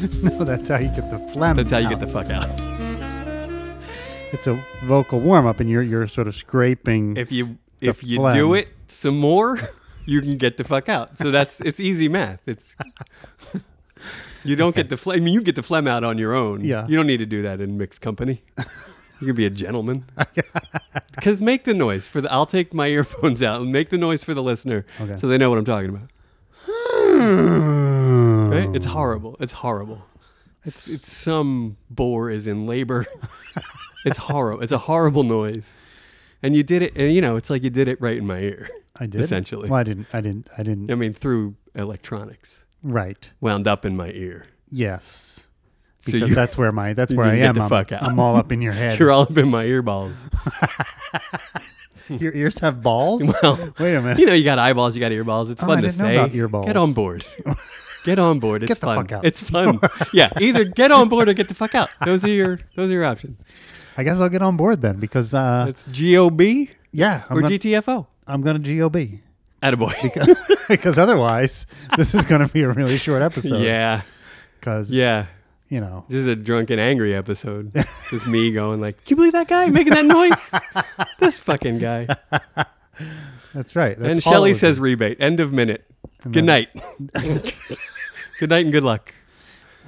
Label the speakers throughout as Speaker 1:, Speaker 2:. Speaker 1: no, that's how you get the phlegm.
Speaker 2: That's how you get
Speaker 1: out.
Speaker 2: the fuck out.
Speaker 1: It's a vocal warm up, and you're you're sort of scraping.
Speaker 2: If you if you
Speaker 1: phlegm.
Speaker 2: do it some more, you can get the fuck out. So that's it's easy math. It's you don't get the phlegm. I mean, you get the phlegm out on your own.
Speaker 1: Yeah.
Speaker 2: You don't need to do that in mixed company. You can be a gentleman. Because make the noise for the. I'll take my earphones out and make the noise for the listener,
Speaker 1: Okay.
Speaker 2: so they know what I'm talking about. Right?
Speaker 1: Hmm.
Speaker 2: It's horrible. It's horrible. It's, it's some boar is in labor. it's horrible. It's a horrible noise. And you did it, and you know, it's like you did it right in my ear.
Speaker 1: I did
Speaker 2: essentially.
Speaker 1: Well, I didn't. I didn't. I didn't.
Speaker 2: I mean, through electronics,
Speaker 1: Right.
Speaker 2: wound up in my ear.
Speaker 1: Yes.
Speaker 2: So
Speaker 1: Because
Speaker 2: you-
Speaker 1: that's where my that's
Speaker 2: you
Speaker 1: where
Speaker 2: can
Speaker 1: I
Speaker 2: get
Speaker 1: am.
Speaker 2: the
Speaker 1: I'm,
Speaker 2: fuck out.
Speaker 1: I'm all up in your head.
Speaker 2: You're all up in my ear balls.
Speaker 1: Your ears have balls.
Speaker 2: Well,
Speaker 1: Wait a minute.
Speaker 2: you know, you got eyeballs, you got earballs. It's
Speaker 1: Oh,
Speaker 2: fun
Speaker 1: I
Speaker 2: to
Speaker 1: didn't know
Speaker 2: say.
Speaker 1: about earballs.
Speaker 2: Get on board. Get on board. It's
Speaker 1: Get the
Speaker 2: fun.
Speaker 1: fuck out.
Speaker 2: It's fun. yeah. Either get on board or get the fuck out. Those are your those are your options.
Speaker 1: I guess I'll get on board then because uh,
Speaker 2: It's G O B
Speaker 1: yeah, I'm
Speaker 2: or
Speaker 1: gonna,
Speaker 2: GTFO.
Speaker 1: I'm gonna gob
Speaker 2: Attaboy.
Speaker 1: because otherwise this is gonna be a really short episode.
Speaker 2: yeah.
Speaker 1: Because
Speaker 2: Yeah.
Speaker 1: you know
Speaker 2: This is a drunk and angry episode. Just me going like, Can you believe that guy making that noise? this fucking guy.
Speaker 1: that's right. That's
Speaker 2: and
Speaker 1: all
Speaker 2: Shelly
Speaker 1: of it.
Speaker 2: says rebate. End of minute. Good night. good night and good luck.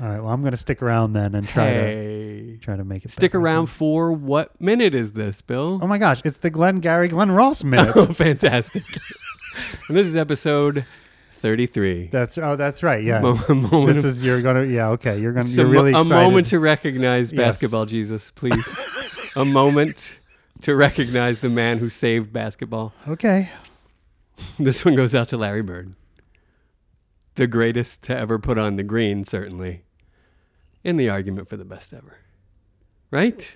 Speaker 1: all right. Well, I'm gonna stick around then and try
Speaker 2: Hey.
Speaker 1: to try to make it
Speaker 2: Stick
Speaker 1: better.
Speaker 2: around for what minute is this, Bill?
Speaker 1: Oh my gosh, it's the Glenn Gary Glenn Ross
Speaker 2: Oh,
Speaker 1: minutes.
Speaker 2: fantastic. and this is episode 33.
Speaker 1: that's oh that's right. Yeah.
Speaker 2: Mo- a moment of-
Speaker 1: this is you're gonna yeah okay you're gonna
Speaker 2: It's
Speaker 1: you're
Speaker 2: a, mo-
Speaker 1: really
Speaker 2: a
Speaker 1: excited.
Speaker 2: moment to recognize
Speaker 1: Yes.
Speaker 2: basketball, Jesus, please. a moment to recognize the man who saved basketball.
Speaker 1: okay.
Speaker 2: This one goes out to Larry Bird, the greatest to ever put on the green, certainly, in the argument for the best ever. Right?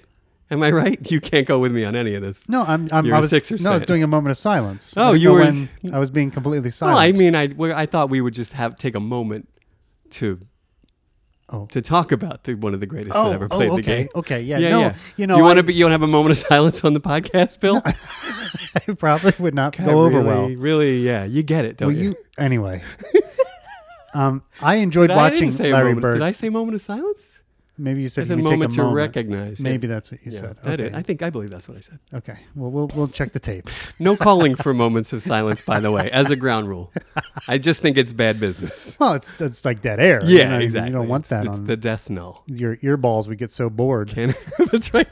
Speaker 2: Am I right? You can't go with me on any of this.
Speaker 1: No, I'm. I'm
Speaker 2: You're
Speaker 1: I
Speaker 2: a
Speaker 1: was,
Speaker 2: Sixers
Speaker 1: No, I was
Speaker 2: fan.
Speaker 1: doing a moment of silence. I
Speaker 2: Oh,
Speaker 1: didn't
Speaker 2: you
Speaker 1: know
Speaker 2: were-
Speaker 1: When I was being completely silent.
Speaker 2: Well, I mean, I well, I thought we would just have take a moment to
Speaker 1: Oh.
Speaker 2: to talk about the, one of the greatest
Speaker 1: Oh,
Speaker 2: that ever
Speaker 1: oh,
Speaker 2: played
Speaker 1: okay,
Speaker 2: the game.
Speaker 1: okay, yeah, no, you know,
Speaker 2: you want
Speaker 1: I-
Speaker 2: to be, you want to have a moment of silence on the podcast, Bill?
Speaker 1: it probably would not
Speaker 2: God,
Speaker 1: go over
Speaker 2: really,
Speaker 1: well.
Speaker 2: Really, yeah, you get it, don't
Speaker 1: Well,
Speaker 2: you?
Speaker 1: you anyway. um, I enjoyed
Speaker 2: Did I- I didn't
Speaker 1: watching
Speaker 2: say a
Speaker 1: Larry
Speaker 2: moment.
Speaker 1: Bird.
Speaker 2: Did I say moment of silence?
Speaker 1: Maybe you said
Speaker 2: I
Speaker 1: you
Speaker 2: said
Speaker 1: would
Speaker 2: moment
Speaker 1: take a
Speaker 2: to
Speaker 1: moment.
Speaker 2: recognize.
Speaker 1: Maybe that's what you
Speaker 2: Yeah,
Speaker 1: said.
Speaker 2: that
Speaker 1: Okay.
Speaker 2: is- I think I believe that's what I said.
Speaker 1: okay. Well, we'll we'll check the tape.
Speaker 2: No calling for moments of silence, by the way, as a ground rule. I just think it's bad business.
Speaker 1: Well, it's it's like dead air. you
Speaker 2: Yeah,
Speaker 1: know, you-
Speaker 2: exactly.
Speaker 1: You don't want
Speaker 2: It's-
Speaker 1: that
Speaker 2: it's
Speaker 1: on
Speaker 2: the death knell.
Speaker 1: your ear balls. would get so bored.
Speaker 2: And that's right.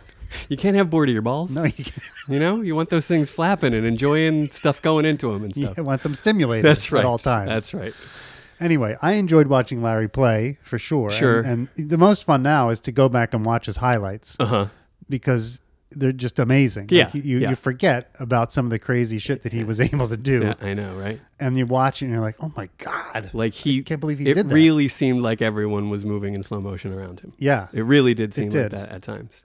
Speaker 2: You can't have bored ear balls.
Speaker 1: No, you can't-
Speaker 2: You know, you want those things flapping and enjoying stuff going into them and
Speaker 1: you
Speaker 2: stuff.
Speaker 1: want them stimulated
Speaker 2: That's right.
Speaker 1: at all times.
Speaker 2: That's right.
Speaker 1: Anyway, I enjoyed watching Larry play for sure.
Speaker 2: Sure.
Speaker 1: And, and the most fun now is to go back and watch his highlights
Speaker 2: Uh huh.
Speaker 1: because they're just amazing.
Speaker 2: Yeah,
Speaker 1: Like, you, you,
Speaker 2: yeah.
Speaker 1: you forget about some of the crazy shit that he was able to do.
Speaker 2: Yeah, I know, right?
Speaker 1: And you watch it and you're like, oh my God.
Speaker 2: Like he
Speaker 1: can't believe he
Speaker 2: it
Speaker 1: did that.
Speaker 2: really seemed like everyone was moving in slow motion around him.
Speaker 1: yeah.
Speaker 2: It really did seem
Speaker 1: did.
Speaker 2: like that at times.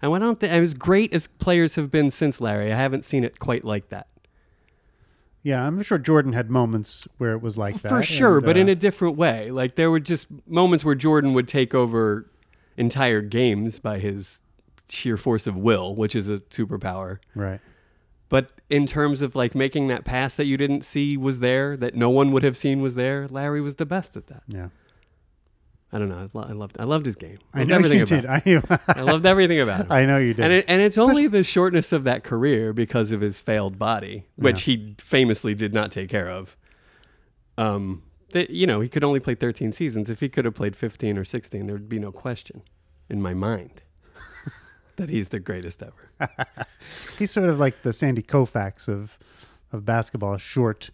Speaker 2: And I don't think as great as players have been since Larry, I haven't seen it quite like that.
Speaker 1: Yeah. I'm sure Jordan had moments where it was like that.
Speaker 2: Oh, For sure,
Speaker 1: and,
Speaker 2: but
Speaker 1: uh,
Speaker 2: in a different way. Like there were just moments where Jordan would take over entire games by his sheer force of will, which is a superpower.
Speaker 1: Right.
Speaker 2: But in terms of like making that pass that you didn't see was there, that no one would have seen was there, Larry was the best at that.
Speaker 1: Yeah.
Speaker 2: I don't know. I lo- I loved. I loved his game.
Speaker 1: I
Speaker 2: Loved
Speaker 1: know
Speaker 2: everything
Speaker 1: you
Speaker 2: about.
Speaker 1: did. I, knew,
Speaker 2: It. I loved everything about him.
Speaker 1: I know you did.
Speaker 2: and it, and it's only the shortness of that career because of his failed body, which he famously did not take care of. Um, that you know he could only play 13 seasons. If he could have played 15 or 16, there would be no question in my mind that he's the greatest ever.
Speaker 1: He's sort of like the Sandy Koufax of of basketball, a short,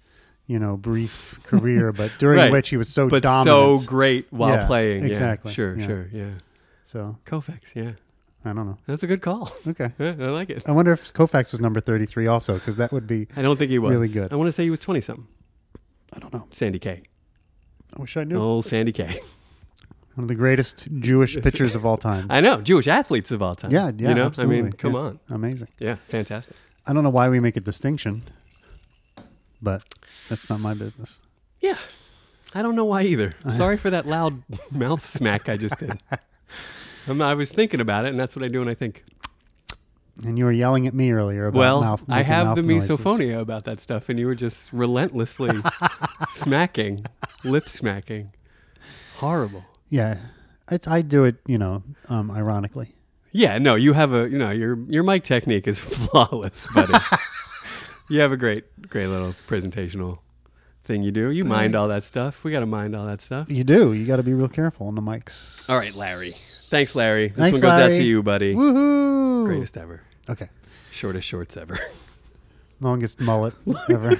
Speaker 1: you know, brief career, but during
Speaker 2: Right.
Speaker 1: which he was so
Speaker 2: but
Speaker 1: Oh, dominant.
Speaker 2: so great while
Speaker 1: Yeah,
Speaker 2: playing. Yeah,
Speaker 1: exactly.
Speaker 2: sure,
Speaker 1: Yeah.
Speaker 2: sure. Yeah.
Speaker 1: So,
Speaker 2: Koufax. Yeah.
Speaker 1: I don't know.
Speaker 2: That's a good call.
Speaker 1: Okay.
Speaker 2: I like it.
Speaker 1: I wonder if Koufax was number 33 also, because that would be,
Speaker 2: I don't think he was.
Speaker 1: Really good.
Speaker 2: I want to say he was 20 something.
Speaker 1: I don't know.
Speaker 2: Sandy K.
Speaker 1: I wish I knew.
Speaker 2: Oh, Sandy K.
Speaker 1: One of the greatest Jewish pitchers of all time.
Speaker 2: I know. Jewish athletes of all time.
Speaker 1: yeah, yeah.
Speaker 2: You know,
Speaker 1: absolutely.
Speaker 2: I mean, come
Speaker 1: Yeah.
Speaker 2: on.
Speaker 1: Amazing.
Speaker 2: Yeah, fantastic.
Speaker 1: I don't know why we make a distinction, but that's not my business.
Speaker 2: Yeah. I don't know why either.
Speaker 1: Uh-huh.
Speaker 2: Sorry for that loud mouth smack I just did. I'm, I was thinking about it, and that's what I do when I think.
Speaker 1: And you were yelling at me earlier about
Speaker 2: Well,
Speaker 1: mouth.
Speaker 2: I
Speaker 1: making
Speaker 2: have
Speaker 1: mouth
Speaker 2: the
Speaker 1: noises.
Speaker 2: misophonia about that stuff, and you were just relentlessly smacking, lip smacking. Horrible.
Speaker 1: yeah, I, I do it. You know, um, ironically.
Speaker 2: Yeah, no, you have a you know your your mic technique is flawless, buddy. you have a great great little presentational thing you do. You mind all that stuff. We got to mind all that stuff.
Speaker 1: You do. You got to be real careful on the mics.
Speaker 2: All right, Larry. Thanks, Larry. This
Speaker 1: Thanks,
Speaker 2: one goes out to
Speaker 1: Larry.
Speaker 2: you, buddy.
Speaker 1: Woohoo!
Speaker 2: Greatest ever.
Speaker 1: Okay,
Speaker 2: Shortest shorts ever.
Speaker 1: longest mullet ever.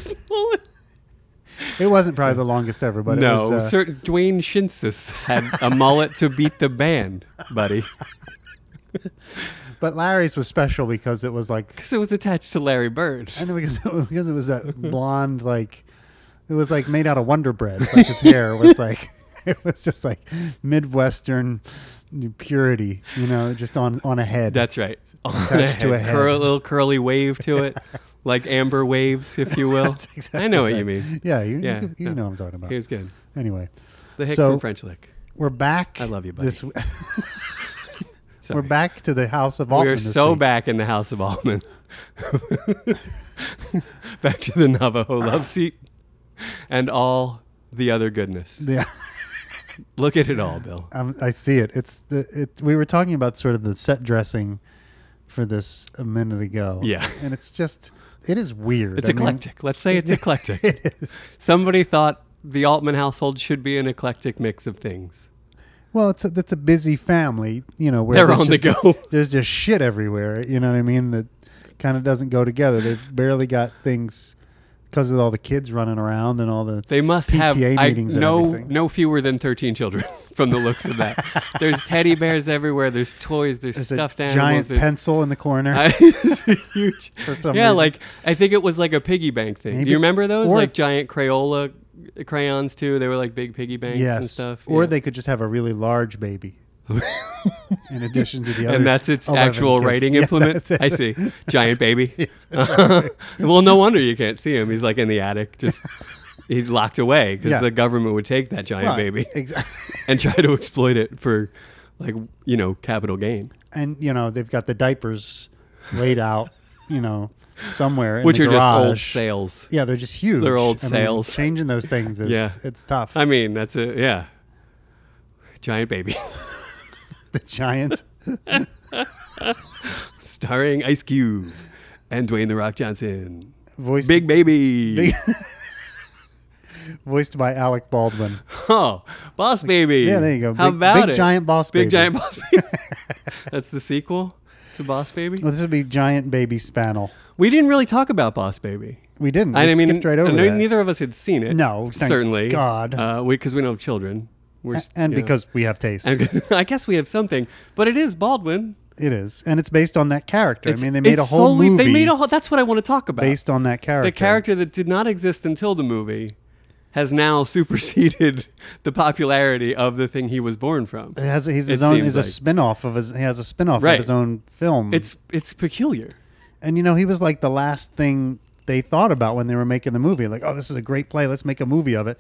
Speaker 1: It wasn't probably the longest ever, but
Speaker 2: no,
Speaker 1: it was, uh,
Speaker 2: certain Dwayne Shinsis had a mullet to beat the band, buddy.
Speaker 1: but Larry's was special because it was like
Speaker 2: Because it was attached to Larry Bird.
Speaker 1: I know because it, because it was that blonde like it was like made out of Wonder Bread. Like his hair was like it was just like Midwestern purity, you know, just on on a head.
Speaker 2: That's right. On
Speaker 1: Attached to a head.
Speaker 2: Curl- little curly wave to it, like amber waves, if you will. I know what you mean.
Speaker 1: yeah, you,
Speaker 2: Yeah,
Speaker 1: you, you
Speaker 2: no.
Speaker 1: know what I'm talking about.
Speaker 2: He was good.
Speaker 1: anyway,
Speaker 2: The Hick
Speaker 1: So-
Speaker 2: from French Lick.
Speaker 1: we're back.
Speaker 2: I love you, buddy.
Speaker 1: This, w-
Speaker 2: Sorry.
Speaker 1: we're back to the House of Altman.
Speaker 2: We're
Speaker 1: this
Speaker 2: so
Speaker 1: week.
Speaker 2: back in the House of Altman. back to the Navajo
Speaker 1: Ah.
Speaker 2: love seat and all the other goodness.
Speaker 1: Yeah,
Speaker 2: Look at it all, Bill.
Speaker 1: I'm, I see it. It's the it. We were talking about sort of the set dressing for this a minute ago.
Speaker 2: Yeah.
Speaker 1: and it's just it is weird.
Speaker 2: It's
Speaker 1: I mean,
Speaker 2: eclectic. Let's say it's eclectic.
Speaker 1: it is.
Speaker 2: Somebody thought the Altman household should be an eclectic mix of things.
Speaker 1: Well, it's a, that's a busy family, you know. Where
Speaker 2: They're
Speaker 1: there's
Speaker 2: on the
Speaker 1: just-
Speaker 2: go.
Speaker 1: There's just shit everywhere. You know what I mean? That kind of doesn't go together. They've barely got things because of all the kids running around and all the.
Speaker 2: They must have
Speaker 1: PTA
Speaker 2: I,
Speaker 1: meetings and
Speaker 2: no
Speaker 1: everything.
Speaker 2: no fewer than thirteen children from the looks of that. there's teddy bears everywhere. There's toys. There's,
Speaker 1: there's
Speaker 2: stuffed
Speaker 1: a
Speaker 2: animals.
Speaker 1: giant
Speaker 2: There's
Speaker 1: pencil in the corner.
Speaker 2: I, it's a huge.
Speaker 1: For
Speaker 2: Yeah,
Speaker 1: some reason.
Speaker 2: like I think it was like a piggy bank thing. Do
Speaker 1: Maybe-
Speaker 2: you remember those?
Speaker 1: or-
Speaker 2: like giant Crayola uh, crayons too. They were like big piggy banks and
Speaker 1: yes,
Speaker 2: stuff.
Speaker 1: or
Speaker 2: yeah.
Speaker 1: they could just have a really large baby. in addition to the other,
Speaker 2: and that's its
Speaker 1: 11
Speaker 2: actual
Speaker 1: kids.
Speaker 2: writing
Speaker 1: Yeah,
Speaker 2: implement.
Speaker 1: that's it.
Speaker 2: I see, giant baby. well, no wonder you can't see him. He's like in the attic, just he's locked away because
Speaker 1: Yeah.
Speaker 2: the government would take that giant
Speaker 1: Right,
Speaker 2: baby
Speaker 1: Exactly.
Speaker 2: and try to exploit it for, like you know, capital gain.
Speaker 1: And you know they've got the diapers laid out, you know, somewhere. in
Speaker 2: Which
Speaker 1: the
Speaker 2: are just old
Speaker 1: garage.
Speaker 2: sales.
Speaker 1: Yeah, they're just huge.
Speaker 2: They're old
Speaker 1: I mean,
Speaker 2: sales.
Speaker 1: changing those things is
Speaker 2: Yeah.
Speaker 1: it's tough.
Speaker 2: I mean, that's a yeah, giant baby.
Speaker 1: the giant.
Speaker 2: starring Ice Cube and Dwayne the Rock Johnson.
Speaker 1: voiced
Speaker 2: Big Baby.
Speaker 1: Big- voiced by Alec Baldwin.
Speaker 2: oh, Boss Baby.
Speaker 1: Yeah, there you go.
Speaker 2: How
Speaker 1: Big-
Speaker 2: about it?
Speaker 1: Big Giant Boss
Speaker 2: Big
Speaker 1: Baby.
Speaker 2: Giant Boss Baby. That's the sequel to Boss Baby.
Speaker 1: Well, this would be giant baby Spaniel.
Speaker 2: We didn't really talk about Boss Baby.
Speaker 1: We didn't. We
Speaker 2: I mean,
Speaker 1: skipped right over
Speaker 2: no-
Speaker 1: that.
Speaker 2: neither of us had seen it.
Speaker 1: No, thank
Speaker 2: certainly.
Speaker 1: God.
Speaker 2: uh, we, 'cause we don't have children. We're,
Speaker 1: A-
Speaker 2: s-
Speaker 1: and
Speaker 2: you know.
Speaker 1: because we have taste,
Speaker 2: And- I guess we have something, but it is Baldwin.
Speaker 1: it is, and it's based on that character. I
Speaker 2: It's-
Speaker 1: mean, they made a
Speaker 2: it's
Speaker 1: whole
Speaker 2: solely-
Speaker 1: movie
Speaker 2: They made a whole. That's what I want to talk about.
Speaker 1: based on that character.
Speaker 2: the character that did not exist until the movie has now superseded the popularity of the thing he was born from.
Speaker 1: It has he's his
Speaker 2: it
Speaker 1: own
Speaker 2: seems
Speaker 1: is a
Speaker 2: like.
Speaker 1: spin-off of his he has a spin-off
Speaker 2: Right.
Speaker 1: of his own film.
Speaker 2: It's it's peculiar.
Speaker 1: And you know, he was like the last thing they thought about when they were making the movie. Like, oh, this is a great play. Let's make a movie of it.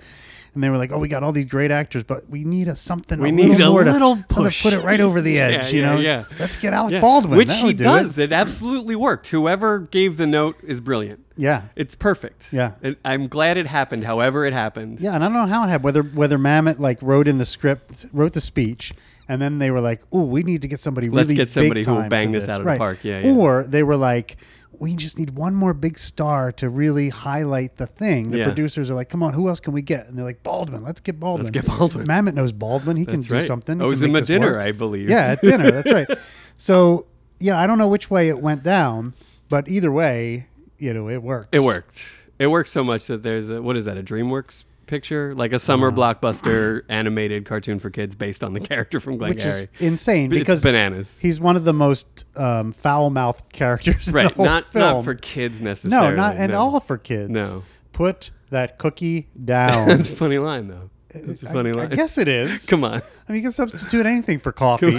Speaker 1: And they were like, oh, we got all these great actors, but we need a something.
Speaker 2: We
Speaker 1: a
Speaker 2: need
Speaker 1: little
Speaker 2: a
Speaker 1: more to-
Speaker 2: little
Speaker 1: to,
Speaker 2: push."
Speaker 1: put it right over the
Speaker 2: Yeah,
Speaker 1: edge. you
Speaker 2: yeah,
Speaker 1: know,
Speaker 2: yeah.
Speaker 1: Let's get Alec
Speaker 2: Yeah.
Speaker 1: Baldwin,
Speaker 2: which
Speaker 1: That
Speaker 2: he
Speaker 1: would do
Speaker 2: does.
Speaker 1: It.
Speaker 2: It. absolutely worked. Whoever gave the note is brilliant.
Speaker 1: Yeah,
Speaker 2: It's perfect.
Speaker 1: Yeah.
Speaker 2: It, I'm glad it happened. However, it happened.
Speaker 1: yeah. And I don't know how it happened. Whether whether Mamet like wrote in the script, wrote the speech. And then they were like, "Oh, we need to get somebody
Speaker 2: Let's
Speaker 1: really
Speaker 2: get somebody
Speaker 1: big
Speaker 2: who will
Speaker 1: time
Speaker 2: bang
Speaker 1: for
Speaker 2: this out of the
Speaker 1: Right.
Speaker 2: park. Yeah, yeah.
Speaker 1: Or they were like, "We just need one more big star to really highlight the thing." The
Speaker 2: Yeah.
Speaker 1: producers are like, "Come on, who else can we get?" And they're like, "Baldwin. Let's get Baldwin.
Speaker 2: get Baldwin."
Speaker 1: Mamet knows Baldwin. He
Speaker 2: That's
Speaker 1: can do
Speaker 2: right.
Speaker 1: something.
Speaker 2: I
Speaker 1: He
Speaker 2: was
Speaker 1: can
Speaker 2: him
Speaker 1: make
Speaker 2: at
Speaker 1: this
Speaker 2: dinner,
Speaker 1: work.
Speaker 2: I believe.
Speaker 1: Yeah, at dinner. That's right. So, yeah, I don't know which way it went down, but either way, you know, it worked.
Speaker 2: It worked. It worked so much that there's a what is that? A DreamWorks picture, like a summer
Speaker 1: Uh-huh.
Speaker 2: blockbuster animated cartoon for kids based on the character from Glengarry.
Speaker 1: Which is insane
Speaker 2: But it's
Speaker 1: because
Speaker 2: bananas.
Speaker 1: He's one of the most um, foul-mouthed characters. in the
Speaker 2: right
Speaker 1: whole
Speaker 2: not
Speaker 1: film.
Speaker 2: not for kids necessarily
Speaker 1: no, not and
Speaker 2: no.
Speaker 1: all for kids.
Speaker 2: No.
Speaker 1: put that cookie down.
Speaker 2: that's a funny line though that's a funny
Speaker 1: Um, I, I
Speaker 2: line
Speaker 1: guess it is.
Speaker 2: come on
Speaker 1: I mean, you can substitute anything for coffee,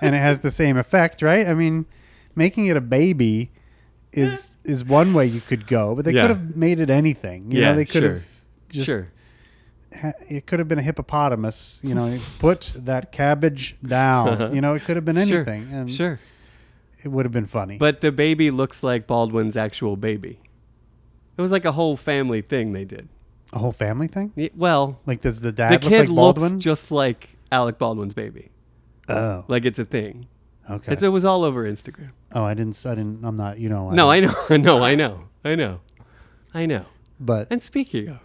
Speaker 1: and it has the same effect, right? I mean, making it a baby is is one way you could go, but they
Speaker 2: Yeah.
Speaker 1: could have made it anything. You
Speaker 2: Yeah,
Speaker 1: know, they could
Speaker 2: sure.
Speaker 1: have just
Speaker 2: sure
Speaker 1: ha- it could have been a hippopotamus. You know, put that cabbage down. You know, it could have been anything,
Speaker 2: sure
Speaker 1: and
Speaker 2: sure
Speaker 1: it would have been funny.
Speaker 2: but the baby looks like baldwin's actual baby it was like a whole family thing they did
Speaker 1: a whole family thing,
Speaker 2: Y- well
Speaker 1: like does the
Speaker 2: the
Speaker 1: dad look
Speaker 2: kid
Speaker 1: like
Speaker 2: looks
Speaker 1: Baldwin?
Speaker 2: just like Alec Baldwin's baby.
Speaker 1: Oh,
Speaker 2: Like it's a thing.
Speaker 1: okay.
Speaker 2: It's, it was all over Instagram.
Speaker 1: oh, I didn't. s- I didn't. I'm not. You know.
Speaker 2: No, I know. No, I know. I know. I know.
Speaker 1: But
Speaker 2: And speaking of,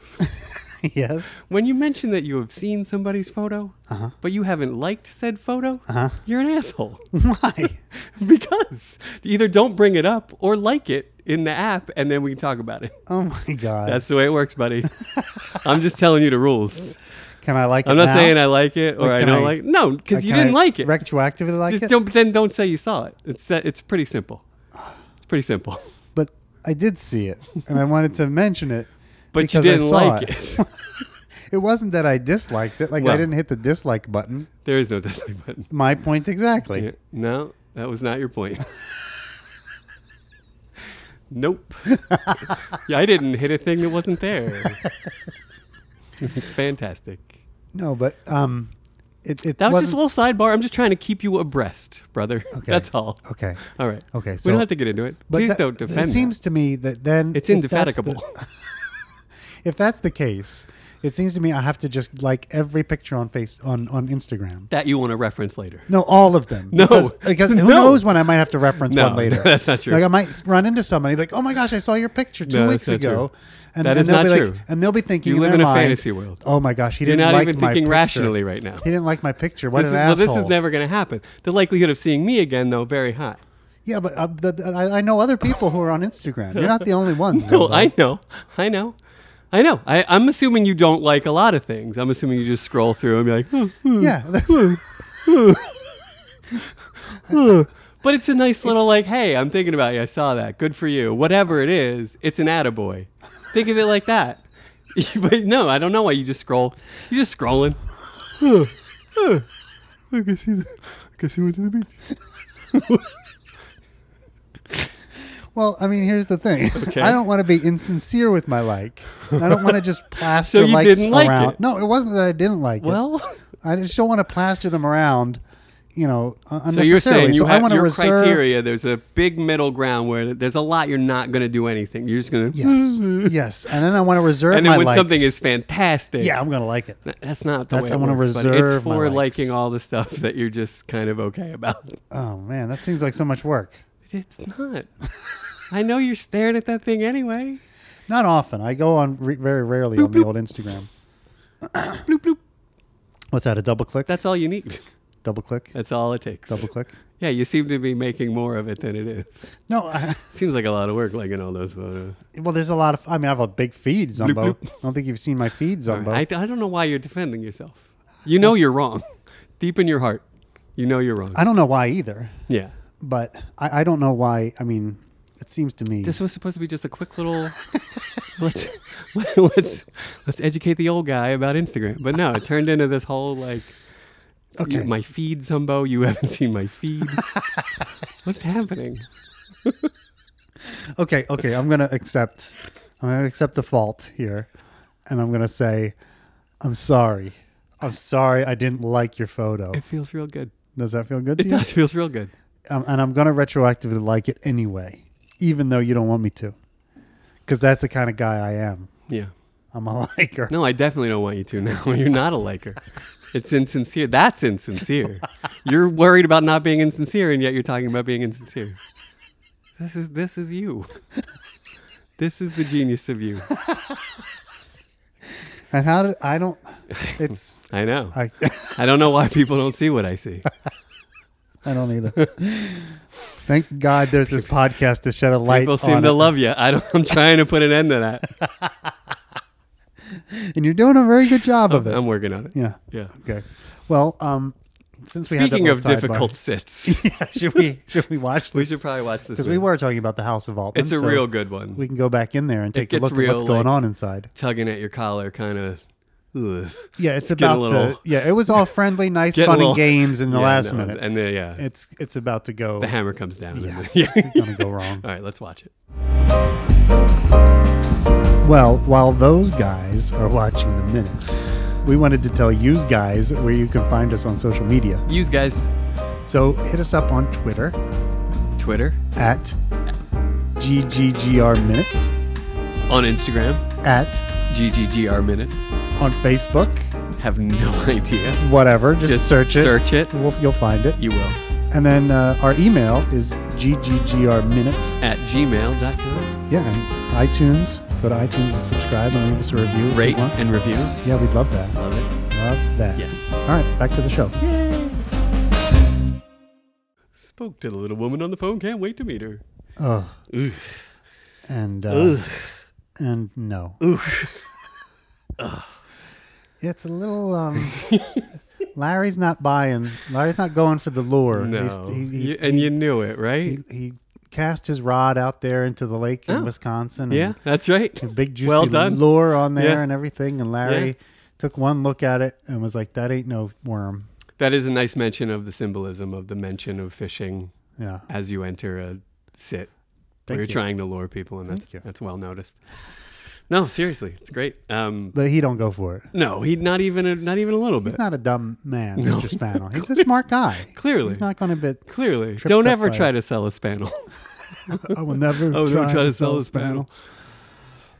Speaker 1: yes.
Speaker 2: when you mention that you have seen somebody's photo,
Speaker 1: Uh-huh.
Speaker 2: but you haven't liked said photo,
Speaker 1: Uh huh.
Speaker 2: you're an asshole.
Speaker 1: Why?
Speaker 2: because either don't bring it up or like it in the app and then we can talk about it.
Speaker 1: Oh my god.
Speaker 2: That's the way it works, buddy. I'm just telling you the rules.
Speaker 1: can I like it?
Speaker 2: I'm not
Speaker 1: now?
Speaker 2: saying I like it or I
Speaker 1: Like, can
Speaker 2: don't
Speaker 1: I-
Speaker 2: like it. No, because you
Speaker 1: can
Speaker 2: didn't
Speaker 1: I
Speaker 2: like it.
Speaker 1: Retroactively like
Speaker 2: just
Speaker 1: it.
Speaker 2: don't then don't say you saw it. It's that it's pretty simple. It's pretty simple.
Speaker 1: But I did see it, and I wanted to mention it.
Speaker 2: But you
Speaker 1: because I
Speaker 2: didn't
Speaker 1: saw
Speaker 2: like it.
Speaker 1: It wasn't that I disliked it. Like I
Speaker 2: Well-
Speaker 1: didn't hit the dislike button.
Speaker 2: there is no dislike button.
Speaker 1: My point exactly.
Speaker 2: Yeah, No, that was not your point. nope. yeah, I didn't hit a thing that wasn't there. Fantastic.
Speaker 1: No, but um, it it
Speaker 2: That was just a
Speaker 1: wasn't-
Speaker 2: little sidebar. I'm just trying to keep you abreast, brother. That's all.
Speaker 1: okay.
Speaker 2: All right.
Speaker 1: Okay,
Speaker 2: we
Speaker 1: so-
Speaker 2: don't have to get into it.
Speaker 1: But
Speaker 2: Please
Speaker 1: that-
Speaker 2: don't defend.
Speaker 1: It
Speaker 2: that.
Speaker 1: seems to me that then
Speaker 2: it's
Speaker 1: if that's the-
Speaker 2: indefatigable.
Speaker 1: if that's the case, it seems to me I have to just like every picture on face on on Instagram.
Speaker 2: that you want to reference later.
Speaker 1: No, all of them.
Speaker 2: No.
Speaker 1: because, because who
Speaker 2: No.
Speaker 1: knows when I might have to reference
Speaker 2: No,
Speaker 1: one later.
Speaker 2: that's not true.
Speaker 1: Like I might run into somebody like, oh my gosh, I saw your picture two
Speaker 2: No, that's
Speaker 1: weeks
Speaker 2: not
Speaker 1: ago,
Speaker 2: true.
Speaker 1: and,
Speaker 2: That
Speaker 1: and
Speaker 2: is
Speaker 1: they'll
Speaker 2: not
Speaker 1: be like,
Speaker 2: true.
Speaker 1: and they'll be thinking
Speaker 2: You
Speaker 1: in
Speaker 2: live
Speaker 1: their
Speaker 2: in a
Speaker 1: mind,
Speaker 2: fantasy world.
Speaker 1: Oh my gosh, he
Speaker 2: You're
Speaker 1: didn't
Speaker 2: not
Speaker 1: like
Speaker 2: even
Speaker 1: my
Speaker 2: thinking
Speaker 1: picture.
Speaker 2: rationally right now.
Speaker 1: He didn't like my picture. What
Speaker 2: This is,
Speaker 1: an
Speaker 2: well,
Speaker 1: asshole!
Speaker 2: this is never going to happen. The likelihood of seeing me again, though, very high.
Speaker 1: yeah, but uh, the, the- I, I know other people who are on Instagram. You're not the only ones.
Speaker 2: No,
Speaker 1: Zumba.
Speaker 2: I know. I know. I know. I, I'm assuming you don't like a lot of things. I'm assuming you just scroll through and be like, "Hmm, hmm,
Speaker 1: yeah,
Speaker 2: But it's a nice little like, hey, I'm thinking about you. I saw that. Good for you. Whatever it is, it's an attaboy. Think of it like that. but no, I don't know why you just scroll. You're just scrolling. I guess he's. I guess he went to the beach.
Speaker 1: Well, I mean, here's the thing.
Speaker 2: Okay.
Speaker 1: I don't want to be insincere with my like. I don't want to just plaster
Speaker 2: you
Speaker 1: likes
Speaker 2: didn't like
Speaker 1: around.
Speaker 2: it?
Speaker 1: No, it wasn't that I didn't like it.
Speaker 2: Well,
Speaker 1: I just don't want to plaster them around, you know, un-
Speaker 2: so
Speaker 1: unnecessarily.
Speaker 2: you're saying you
Speaker 1: so I
Speaker 2: have
Speaker 1: want to
Speaker 2: your
Speaker 1: reserve.
Speaker 2: criteria. There's a big middle ground where there's a lot you're not going to do anything. You're just going to.
Speaker 1: Yes, yes, and then I want to reserve
Speaker 2: And
Speaker 1: my
Speaker 2: then when
Speaker 1: likes.
Speaker 2: something is fantastic,
Speaker 1: yeah, I'm gonna like it.
Speaker 2: that's not the way
Speaker 1: That's- I
Speaker 2: it
Speaker 1: wanna
Speaker 2: works. but it's
Speaker 1: reserve my
Speaker 2: for
Speaker 1: likes.
Speaker 2: liking all the stuff that you're just kind of okay about.
Speaker 1: Oh man, that seems like so much work.
Speaker 2: It's not. I know you're staring at that thing anyway.
Speaker 1: Not often. I go on re- very rarely on the old Instagram.
Speaker 2: Bloop bloop.
Speaker 1: What's that? A double click?
Speaker 2: That's all you need.
Speaker 1: Double click?
Speaker 2: That's all it takes.
Speaker 1: Double click?
Speaker 2: Yeah, you seem to be making more of it than it is.
Speaker 1: No. I,
Speaker 2: Seems like a lot of work liking all those photos.
Speaker 1: well, there's a lot of. I mean, I have a big feed, Zumbo.
Speaker 2: bloop.
Speaker 1: I don't think you've seen my feed, Zumbo.
Speaker 2: I, I don't know why you're defending yourself. You know you're wrong. Deep in your heart, you know you're wrong.
Speaker 1: I don't know why either.
Speaker 2: yeah.
Speaker 1: but I, I don't know why. I mean, it seems to me.
Speaker 2: This was supposed to be just a quick little let's let's let's educate the old guy about Instagram. But no, it turned into this whole like
Speaker 1: Okay.
Speaker 2: you- my feed Zumbo, you haven't seen my feed. What's happening?
Speaker 1: okay, okay, I'm gonna accept. I'm gonna accept the fault here, and I'm gonna say, I'm sorry. I'm sorry. I didn't like your photo.
Speaker 2: It feels real good.
Speaker 1: Does that feel good to
Speaker 2: It
Speaker 1: you?
Speaker 2: does feels real good.
Speaker 1: Um, and I'm gonna retroactively like it anyway, even though you don't want me to, because that's the kind of guy I am.
Speaker 2: Yeah.
Speaker 1: I'm a liker.
Speaker 2: No, I definitely don't want you to now. You're not a liker. It's insincere. That's insincere. You're worried about not being insincere and yet you're talking about being insincere. This is this is you. This is the genius of you.
Speaker 1: And how did I don't? It's
Speaker 2: I know.
Speaker 1: I.
Speaker 2: I don't know why people don't see what I see.
Speaker 1: I don't either. Thank God there's this podcast to shed a light.
Speaker 2: People
Speaker 1: on
Speaker 2: seem to
Speaker 1: it.
Speaker 2: love you. I don't, I'm trying to put an end to that.
Speaker 1: and you're doing a very good job of it.
Speaker 2: I'm working on it.
Speaker 1: Yeah.
Speaker 2: Yeah.
Speaker 1: Okay. Well, um, since
Speaker 2: Speaking
Speaker 1: we had
Speaker 2: of
Speaker 1: that little
Speaker 2: difficult
Speaker 1: sidebar-
Speaker 2: sits,
Speaker 1: yeah, should we should we watch
Speaker 2: we
Speaker 1: this?
Speaker 2: should probably watch this.
Speaker 1: because we
Speaker 2: movie.
Speaker 1: were talking about the House of Altman.
Speaker 2: It's a
Speaker 1: so
Speaker 2: real good one.
Speaker 1: We can go back in there and take a
Speaker 2: gets
Speaker 1: look
Speaker 2: real,
Speaker 1: at what's going
Speaker 2: like-
Speaker 1: on inside.
Speaker 2: Tugging at your collar, kind of.
Speaker 1: Yeah, it's,
Speaker 2: getting
Speaker 1: about
Speaker 2: a little-
Speaker 1: to. Yeah, it was all friendly, nice,
Speaker 2: Getting
Speaker 1: fun,
Speaker 2: a little-
Speaker 1: and games in the last minute.
Speaker 2: And then, yeah,
Speaker 1: it's it's about to go.
Speaker 2: the hammer comes down. and
Speaker 1: Yeah,
Speaker 2: then-
Speaker 1: it's gonna go wrong.
Speaker 2: All right, let's watch it.
Speaker 1: Well, while those guys are watching the minute, we wanted to tell you guys where you can find us on social media.
Speaker 2: Use guys,
Speaker 1: So hit us up on Twitter
Speaker 2: Twitter,
Speaker 1: at GGGR Minute
Speaker 2: on Instagram,
Speaker 1: at
Speaker 2: GGGR Minute,
Speaker 1: on Facebook
Speaker 2: Have no idea.
Speaker 1: Whatever. Just,
Speaker 2: Just
Speaker 1: search it.
Speaker 2: Search it.
Speaker 1: We'll, you'll find it.
Speaker 2: You will.
Speaker 1: And then uh, our email is gggrminute.
Speaker 2: At gmail.com.
Speaker 1: Yeah, and iTunes. Go to iTunes and subscribe and leave us a review. if you
Speaker 2: Rate
Speaker 1: want.
Speaker 2: and review.
Speaker 1: Yeah, we'd love that.
Speaker 2: Love it.
Speaker 1: Love that.
Speaker 2: Yes.
Speaker 1: All right, back to the show.
Speaker 2: Spoke to the little woman on the phone. Can't wait to meet her.
Speaker 1: Oh.
Speaker 2: Ugh.
Speaker 1: And uh, and no. It's a little. Um, Larry's not buying. Larry's not going for the lure.
Speaker 2: No.
Speaker 1: He's- he, he,
Speaker 2: You- and
Speaker 1: he,
Speaker 2: you knew it, right?
Speaker 1: he, he cast his rod out there into the lake in
Speaker 2: Oh.
Speaker 1: Wisconsin. and
Speaker 2: yeah, that's right.
Speaker 1: a big juicy
Speaker 2: Well done.
Speaker 1: lure on there
Speaker 2: Yeah.
Speaker 1: and everything. And Larry
Speaker 2: Yeah.
Speaker 1: took one look at it and was like, "That ain't no worm."
Speaker 2: That is a nice mention of the symbolism of the mention of fishing
Speaker 1: Yeah.
Speaker 2: as you enter a sit
Speaker 1: Thank
Speaker 2: where you're
Speaker 1: you.
Speaker 2: trying to lure people, and that's
Speaker 1: Thank you.
Speaker 2: that's well noticed. No, seriously, it's great. Um,
Speaker 1: But he don't go for it.
Speaker 2: no, he not even a, not even a little
Speaker 1: He's
Speaker 2: bit.
Speaker 1: not a dumb man,
Speaker 2: No.
Speaker 1: Mr. Spano. He's a smart guy.
Speaker 2: Clearly.
Speaker 1: He's not going to bit.
Speaker 2: Clearly,
Speaker 1: tripped
Speaker 2: don't
Speaker 1: up
Speaker 2: ever
Speaker 1: by
Speaker 2: try
Speaker 1: it.
Speaker 2: to sell a spaniel.
Speaker 1: I will never.
Speaker 2: oh,
Speaker 1: try
Speaker 2: don't try to sell a spaniel.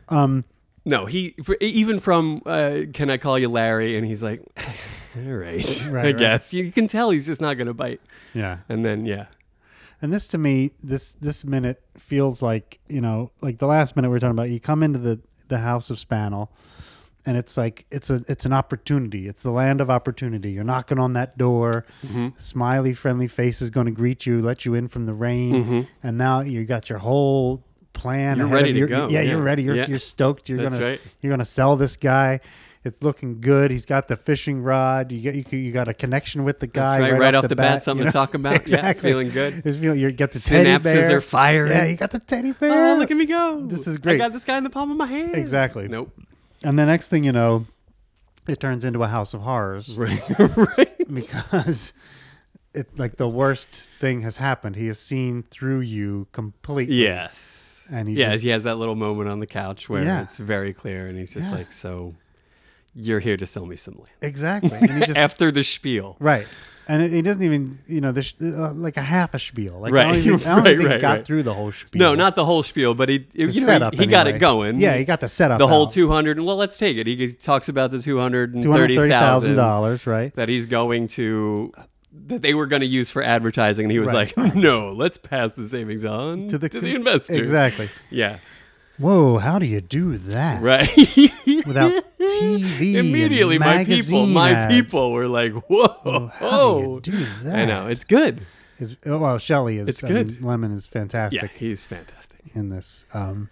Speaker 1: Um,
Speaker 2: No, he for, even from uh, "Can I call you Larry?" and he's like, "All right,
Speaker 1: Right,
Speaker 2: I
Speaker 1: right.
Speaker 2: guess." You can tell he's just not going to bite.
Speaker 1: yeah.
Speaker 2: And then yeah,
Speaker 1: And this to me, this this minute feels like you know, like the last minute we were talking about. You come into the the house of Spannel, and it's like it's a it's an opportunity. It's the land of opportunity. You're knocking on that door.
Speaker 2: Mm-hmm.
Speaker 1: Smiley, friendly face is going to greet you, let you in from the rain, and now you got your whole
Speaker 2: Mm-hmm.
Speaker 1: plan.
Speaker 2: You're
Speaker 1: ahead
Speaker 2: ready
Speaker 1: of
Speaker 2: to
Speaker 1: your,
Speaker 2: go.
Speaker 1: Yeah, you're
Speaker 2: Yeah.
Speaker 1: ready. You're,
Speaker 2: Yeah.
Speaker 1: you're stoked. You're
Speaker 2: That's
Speaker 1: gonna
Speaker 2: right.
Speaker 1: you're gonna sell this guy. It's looking good. He's got the fishing rod. You get you, you got a connection with the
Speaker 2: that's
Speaker 1: guy
Speaker 2: right. Right, off, the bat, something
Speaker 1: you know?
Speaker 2: to talk about.
Speaker 1: exactly.
Speaker 2: Yeah, feeling good.
Speaker 1: It's, you, know, you get the teddy
Speaker 2: Synapses
Speaker 1: bear.
Speaker 2: are firing.
Speaker 1: Yeah, you got the teddy bear.
Speaker 2: Oh, look at me go!
Speaker 1: This is great.
Speaker 2: I got this guy in the palm of my hand.
Speaker 1: Exactly.
Speaker 2: Nope.
Speaker 1: And the next thing you know, it turns into a house of horrors
Speaker 2: Right. right.
Speaker 1: because it like the worst thing has happened. He has seen through you completely.
Speaker 2: Yes.
Speaker 1: And he
Speaker 2: yeah,
Speaker 1: just-
Speaker 2: he has that little moment on the couch where
Speaker 1: Yeah.
Speaker 2: it's very clear, and he's just
Speaker 1: Yeah.
Speaker 2: like, "So, you're here to sell me some land."
Speaker 1: Exactly. And he just
Speaker 2: After the spiel,
Speaker 1: right. And it, he doesn't even, you know, this uh, like a half a spiel. Like I don't
Speaker 2: Right.
Speaker 1: even, I don't
Speaker 2: Right,
Speaker 1: think he
Speaker 2: right,
Speaker 1: got
Speaker 2: right.
Speaker 1: through the whole spiel.
Speaker 2: No, not the whole spiel, but he
Speaker 1: the
Speaker 2: you know,
Speaker 1: setup.
Speaker 2: he, he got it
Speaker 1: anyway.
Speaker 2: going.
Speaker 1: Yeah, he got the setup.
Speaker 2: the whole
Speaker 1: out.
Speaker 2: 200 well let's take it he talks about the $230000
Speaker 1: $230,000, right?
Speaker 2: that he's going to that they were going to use for advertising and he was
Speaker 1: Right.
Speaker 2: like no let's pass the savings on to the, to
Speaker 1: cons-
Speaker 2: investor
Speaker 1: Exactly.
Speaker 2: yeah
Speaker 1: Whoa, how do you do that?
Speaker 2: right
Speaker 1: without TV. and
Speaker 2: immediately my people
Speaker 1: magazine
Speaker 2: my
Speaker 1: ads.
Speaker 2: people were like whoa
Speaker 1: Oh, How do you do that?
Speaker 2: i know it's good
Speaker 1: His- oh, well, Shelley is.
Speaker 2: It's
Speaker 1: I mean,
Speaker 2: good.
Speaker 1: Lemon is
Speaker 2: yeah
Speaker 1: fantastic
Speaker 2: he's fantastic
Speaker 1: in this. Um,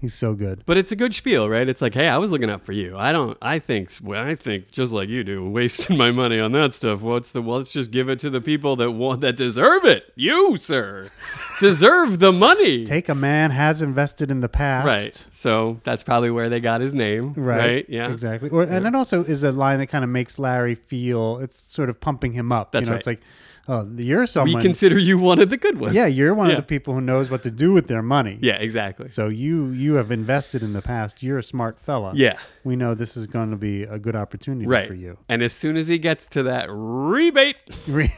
Speaker 1: he's so good.
Speaker 2: But it's a good spiel, right? It's like, hey, I was looking out for you. I don't. I think. Well, I think just like you do, wasting my money on that stuff. What's the? Well, let's just give it to the people that want that deserve it. You, sir, deserve the money.
Speaker 1: Take a man has invested in the past.
Speaker 2: right. So that's probably where they got his name. Right.
Speaker 1: Right.
Speaker 2: Yeah.
Speaker 1: Exactly. Or, And it also is a line that kind of makes Larry feel it's sort of pumping him up.
Speaker 2: That's
Speaker 1: you know,
Speaker 2: right.
Speaker 1: it's like, oh, you're
Speaker 2: We
Speaker 1: someone.
Speaker 2: consider you one of the good ones.
Speaker 1: yeah, you're one
Speaker 2: Yeah.
Speaker 1: of the people who knows what to do with their money.
Speaker 2: Yeah. Exactly.
Speaker 1: So you you have invested in the past. You're a smart fella.
Speaker 2: Yeah.
Speaker 1: We know this is going to be a good opportunity
Speaker 2: Right.
Speaker 1: for you.
Speaker 2: And as soon as he gets to that rebate,
Speaker 1: Re-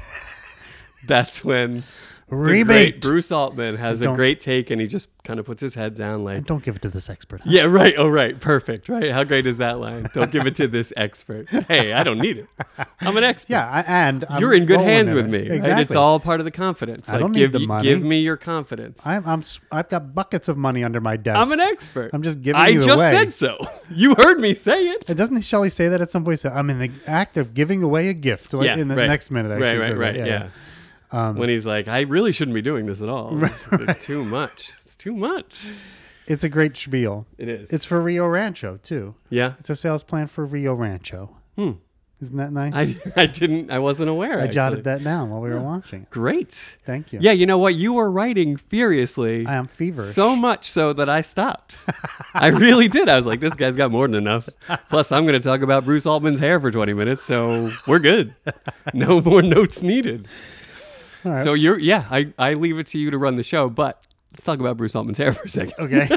Speaker 2: that's when the great
Speaker 1: rebate.
Speaker 2: Bruce Altman has a
Speaker 1: Don't-
Speaker 2: great take, and he just kind of puts his head down like.
Speaker 1: Don't give it to this expert. huh?
Speaker 2: Yeah, right. Oh, right. Perfect. Right. How great is that line? Don't give it to this expert. Hey, I don't need it. I'm an expert.
Speaker 1: Yeah, I- and I'm
Speaker 2: You're in good
Speaker 1: rolling
Speaker 2: hands
Speaker 1: in
Speaker 2: with
Speaker 1: it.
Speaker 2: me.
Speaker 1: Exactly.
Speaker 2: Right? It's all part of the confidence.
Speaker 1: I
Speaker 2: Like,
Speaker 1: don't need
Speaker 2: give,
Speaker 1: the
Speaker 2: you-
Speaker 1: money.
Speaker 2: Give me your confidence. I,
Speaker 1: I'm, I'm. s- I've got buckets of money under my desk.
Speaker 2: am an expert.
Speaker 1: I'm just giving
Speaker 2: I
Speaker 1: you
Speaker 2: just
Speaker 1: away.
Speaker 2: said so. You heard me say it.
Speaker 1: And doesn't Shelley say that at some point? So I'm in the act of giving away a gift. Like in the
Speaker 2: right.
Speaker 1: next minute, actually,
Speaker 2: Right,
Speaker 1: says
Speaker 2: right,
Speaker 1: that. Um,
Speaker 2: right. Yeah. when he's like, I really shouldn't be doing this at all. It's too much. It's too much.
Speaker 1: It's a great spiel.
Speaker 2: It is.
Speaker 1: It's for Rio Rancho too.
Speaker 2: yeah.
Speaker 1: It's a sales plan for Rio Rancho.
Speaker 2: Hmm.
Speaker 1: Isn't that nice?
Speaker 2: I, I didn't. I wasn't aware.
Speaker 1: I
Speaker 2: actually.
Speaker 1: jotted that down while we were watching. it.
Speaker 2: Great.
Speaker 1: Thank you.
Speaker 2: Yeah, you know what? You were writing furiously.
Speaker 1: I am feverish.
Speaker 2: So much so that I stopped. I really did. I was like, this guy's got more than enough. Plus, I'm going to talk about Bruce Altman's hair for 20 minutes, so we're good. No more notes needed.
Speaker 1: All right.
Speaker 2: So you're, yeah, I, I leave it to you to run the show, but let's talk about Bruce Altman's hair for a second.
Speaker 1: okay.